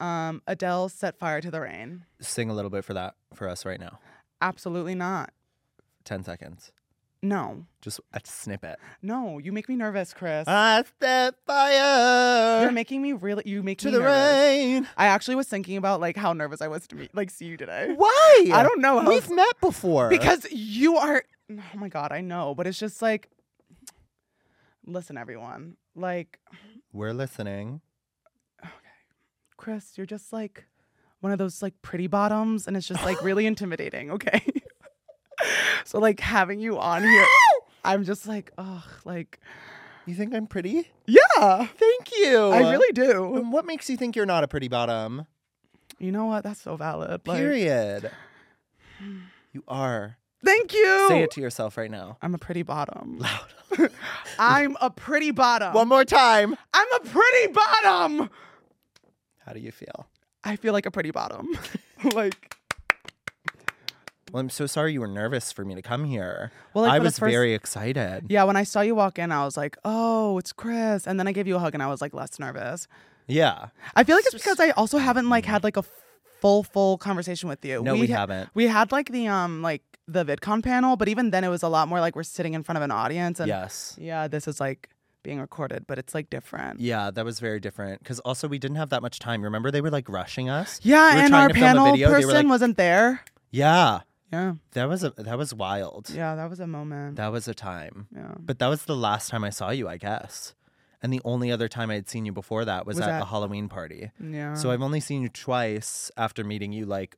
Speaker 2: um, Adele Set Fire to the Rain.
Speaker 1: Sing a little bit for that for us right now.
Speaker 2: Absolutely not.
Speaker 1: 10 seconds.
Speaker 2: No.
Speaker 1: Just a snippet.
Speaker 2: No, you make me nervous, Chris.
Speaker 1: I set
Speaker 2: You're
Speaker 1: fire
Speaker 2: making me really you make
Speaker 1: to
Speaker 2: me
Speaker 1: the
Speaker 2: nervous.
Speaker 1: rain.
Speaker 2: I actually was thinking about like how nervous I was to meet like see you today.
Speaker 1: Why?
Speaker 2: I don't know. how-
Speaker 1: We've met before.
Speaker 2: because you are. Oh my god, I know, but it's just like, listen, everyone. Like,
Speaker 1: we're listening.
Speaker 2: Chris, you're just like one of those like pretty bottoms, and it's just like really intimidating. Okay. so like having you on here, I'm just like, ugh, like
Speaker 1: You think I'm pretty?
Speaker 2: yeah,
Speaker 1: Thank you.
Speaker 2: I really do.
Speaker 1: And What makes you think you're not a pretty bottom?
Speaker 2: You know what? That's so valid. Like,
Speaker 1: Period. You are.
Speaker 2: Thank you.
Speaker 1: Say it to yourself right now.
Speaker 2: I'm a pretty bottom.
Speaker 1: Loud.
Speaker 2: I'm a pretty bottom.
Speaker 1: One more time.
Speaker 2: I'm a pretty bottom.
Speaker 1: How do you feel?
Speaker 2: I feel like a pretty bottom. like,
Speaker 1: Well, I'm so sorry you were nervous for me to come here.
Speaker 2: Well, like,
Speaker 1: I
Speaker 2: for the
Speaker 1: was
Speaker 2: first-
Speaker 1: very excited.
Speaker 2: yeah, when I saw you walk in, I was like, oh, it's Chris. And then I gave you a hug and I was like less nervous.
Speaker 1: Yeah.
Speaker 2: I feel like it's because I also haven't like had like a f- full full conversation with you.
Speaker 1: No, we
Speaker 2: ha-
Speaker 1: haven't.
Speaker 2: We had like the um like the VidCon panel, but even then it was a lot more like we're sitting in front of an audience and
Speaker 1: yes.
Speaker 2: yeah, this is like being recorded, but it's like different.
Speaker 1: Yeah, that was very different. Because also we didn't have that much time. Remember they were like rushing us.
Speaker 2: Yeah,
Speaker 1: We were
Speaker 2: and
Speaker 1: trying
Speaker 2: our
Speaker 1: to film a
Speaker 2: panel
Speaker 1: video, they were
Speaker 2: person
Speaker 1: like-
Speaker 2: wasn't there.
Speaker 1: Yeah,
Speaker 2: Yeah.
Speaker 1: that was a that was wild.
Speaker 2: Yeah, that was a moment.
Speaker 1: That was a time.
Speaker 2: yeah.
Speaker 1: But that was the last time I saw you, I guess. And the only other time I had seen you before that was,
Speaker 2: Was
Speaker 1: at
Speaker 2: at- Ah.
Speaker 1: a Halloween party.
Speaker 2: Yeah.
Speaker 1: So I've only seen you twice after meeting you like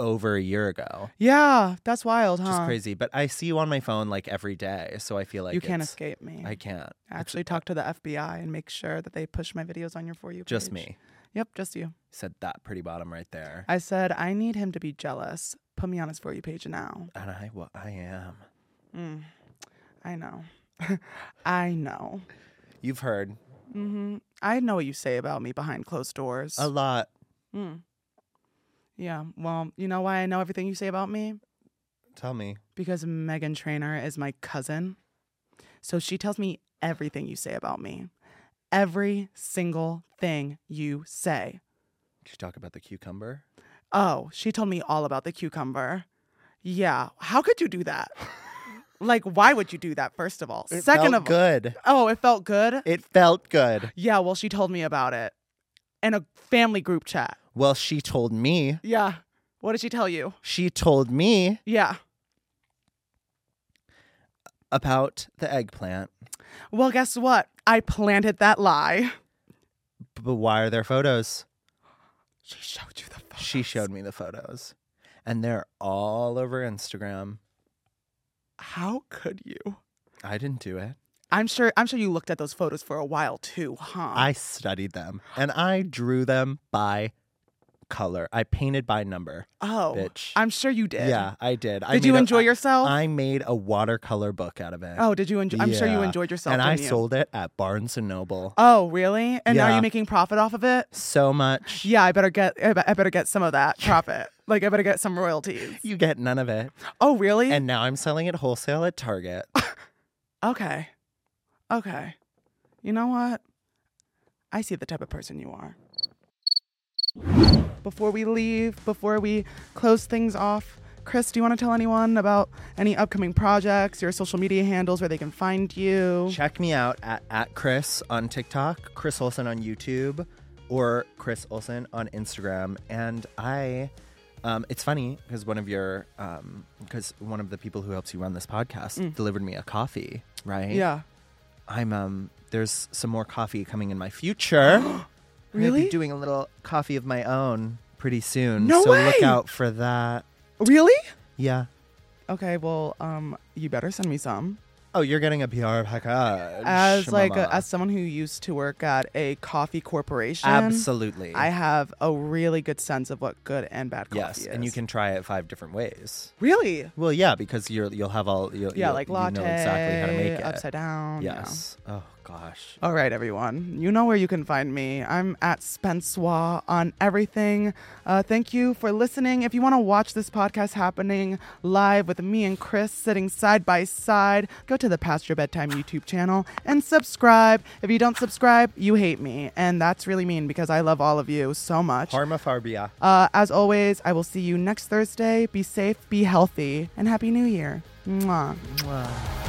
Speaker 1: over a year ago.
Speaker 2: yeah, that's wild, huh?
Speaker 1: Which is crazy. But I see you on my phone like every day. So I feel like
Speaker 2: you can't
Speaker 1: it's-
Speaker 2: escape me.
Speaker 1: I can't.
Speaker 2: actually talk to the FBI and make sure that they push my videos on your for you.
Speaker 1: Just
Speaker 2: page.
Speaker 1: me.
Speaker 2: Yep, just you.
Speaker 1: Said that pretty bottom right there.
Speaker 2: I said I need him to be jealous. Put me on his for you page now.
Speaker 1: and I, well, I am.
Speaker 2: Mm. I know. I know.
Speaker 1: You've heard
Speaker 2: hmm I know what you say about me behind closed doors.
Speaker 1: a lot.
Speaker 2: Mm. Yeah. Well, you know why I know everything you say about me?
Speaker 1: Tell me.
Speaker 2: Because Megan Trainer is my cousin. So she tells me everything you say about me. Every single thing you say.
Speaker 1: Did you talk about the cucumber?
Speaker 2: Oh, she told me all about the cucumber. Yeah. How could you do that? like, why would you do that, first of all?
Speaker 1: It
Speaker 2: Second
Speaker 1: felt
Speaker 2: of all,
Speaker 1: good.
Speaker 2: oh, it felt good.
Speaker 1: It felt good.
Speaker 2: yeah, well, she told me about it in a family group chat.
Speaker 1: Well, she told me.
Speaker 2: Yeah. What did she tell you?
Speaker 1: She told me
Speaker 2: Yeah.
Speaker 1: about the eggplant.
Speaker 2: Well, guess what? I planted that lie.
Speaker 1: B- But why are there photos?
Speaker 2: She showed you the photos.
Speaker 1: She showed me the photos. And they're all over Instagram.
Speaker 2: How could you?
Speaker 1: I didn't do it.
Speaker 2: I'm sure. I'm sure you looked at those photos for a while too, huh?
Speaker 1: I studied them and I drew them by color. I painted by number.
Speaker 2: oh,
Speaker 1: bitch.
Speaker 2: I'm sure you did.
Speaker 1: Yeah, I did. I
Speaker 2: Did you
Speaker 1: made a-
Speaker 2: enjoy
Speaker 1: I-
Speaker 2: yourself?
Speaker 1: I made a watercolor book out of it.
Speaker 2: oh, did you enjoy? I'm sure you
Speaker 1: Yeah.
Speaker 2: enjoyed yourself.
Speaker 1: and I
Speaker 2: didn't you?
Speaker 1: sold it at Barnes and Noble.
Speaker 2: Oh, really? And are
Speaker 1: Yeah.
Speaker 2: you making profit off of it?
Speaker 1: So much.
Speaker 2: Yeah, I better get. I be- I better get some of that profit. like I better get some royalties.
Speaker 1: You get none of it.
Speaker 2: Oh, really?
Speaker 1: And now I'm selling it wholesale at Target.
Speaker 2: okay, okay. You know what? I see the type of person you are. Before we leave, before we close things off, Chris, do you want to tell anyone about any upcoming projects, your social media handles, where they can find you?
Speaker 1: Check me out at, at Chris on TikTok, Chris Olsen on YouTube, or Chris Olsen on Instagram. And I, um, it's funny because one of your, because one of the people who helps you run this podcast delivered me a coffee, right?
Speaker 2: Mm. Yeah.
Speaker 1: I'm um there's some more coffee coming in my future. I'm gonna
Speaker 2: Really?
Speaker 1: be doing a little coffee of my own pretty soon.
Speaker 2: No
Speaker 1: so look
Speaker 2: way!
Speaker 1: out for that.
Speaker 2: Really?
Speaker 1: Yeah.
Speaker 2: Okay. Well, um, you better send me some.
Speaker 1: Oh, you're getting a PR package.
Speaker 2: as like
Speaker 1: mama.
Speaker 2: a, as someone who used to work at a coffee corporation
Speaker 1: Absolutely.
Speaker 2: i have a really good sense of what good and bad coffee
Speaker 1: yes,
Speaker 2: is
Speaker 1: and you can try it five different ways.
Speaker 2: really yeah
Speaker 1: Well, yeah, because you're you'll have all you'll, you'll-
Speaker 2: like
Speaker 1: you
Speaker 2: latte
Speaker 1: know exactly how to make it.
Speaker 2: upside down yeah.
Speaker 1: yes. Oh gosh.
Speaker 2: All right, everyone. You know where you can find me. I'm at Spencewa on everything. Uh, thank you for listening. If you want to watch this podcast happening live with me and Chris sitting side by side, go to the Past Your Bedtime YouTube channel and subscribe. If you don't subscribe, you hate me. And that's really mean because I love all of you so much.
Speaker 1: Harmophobia.
Speaker 2: Uh, as always, I will see you next Thursday. Be safe, be healthy, and Happy New Year. Mwah.
Speaker 1: Mwah.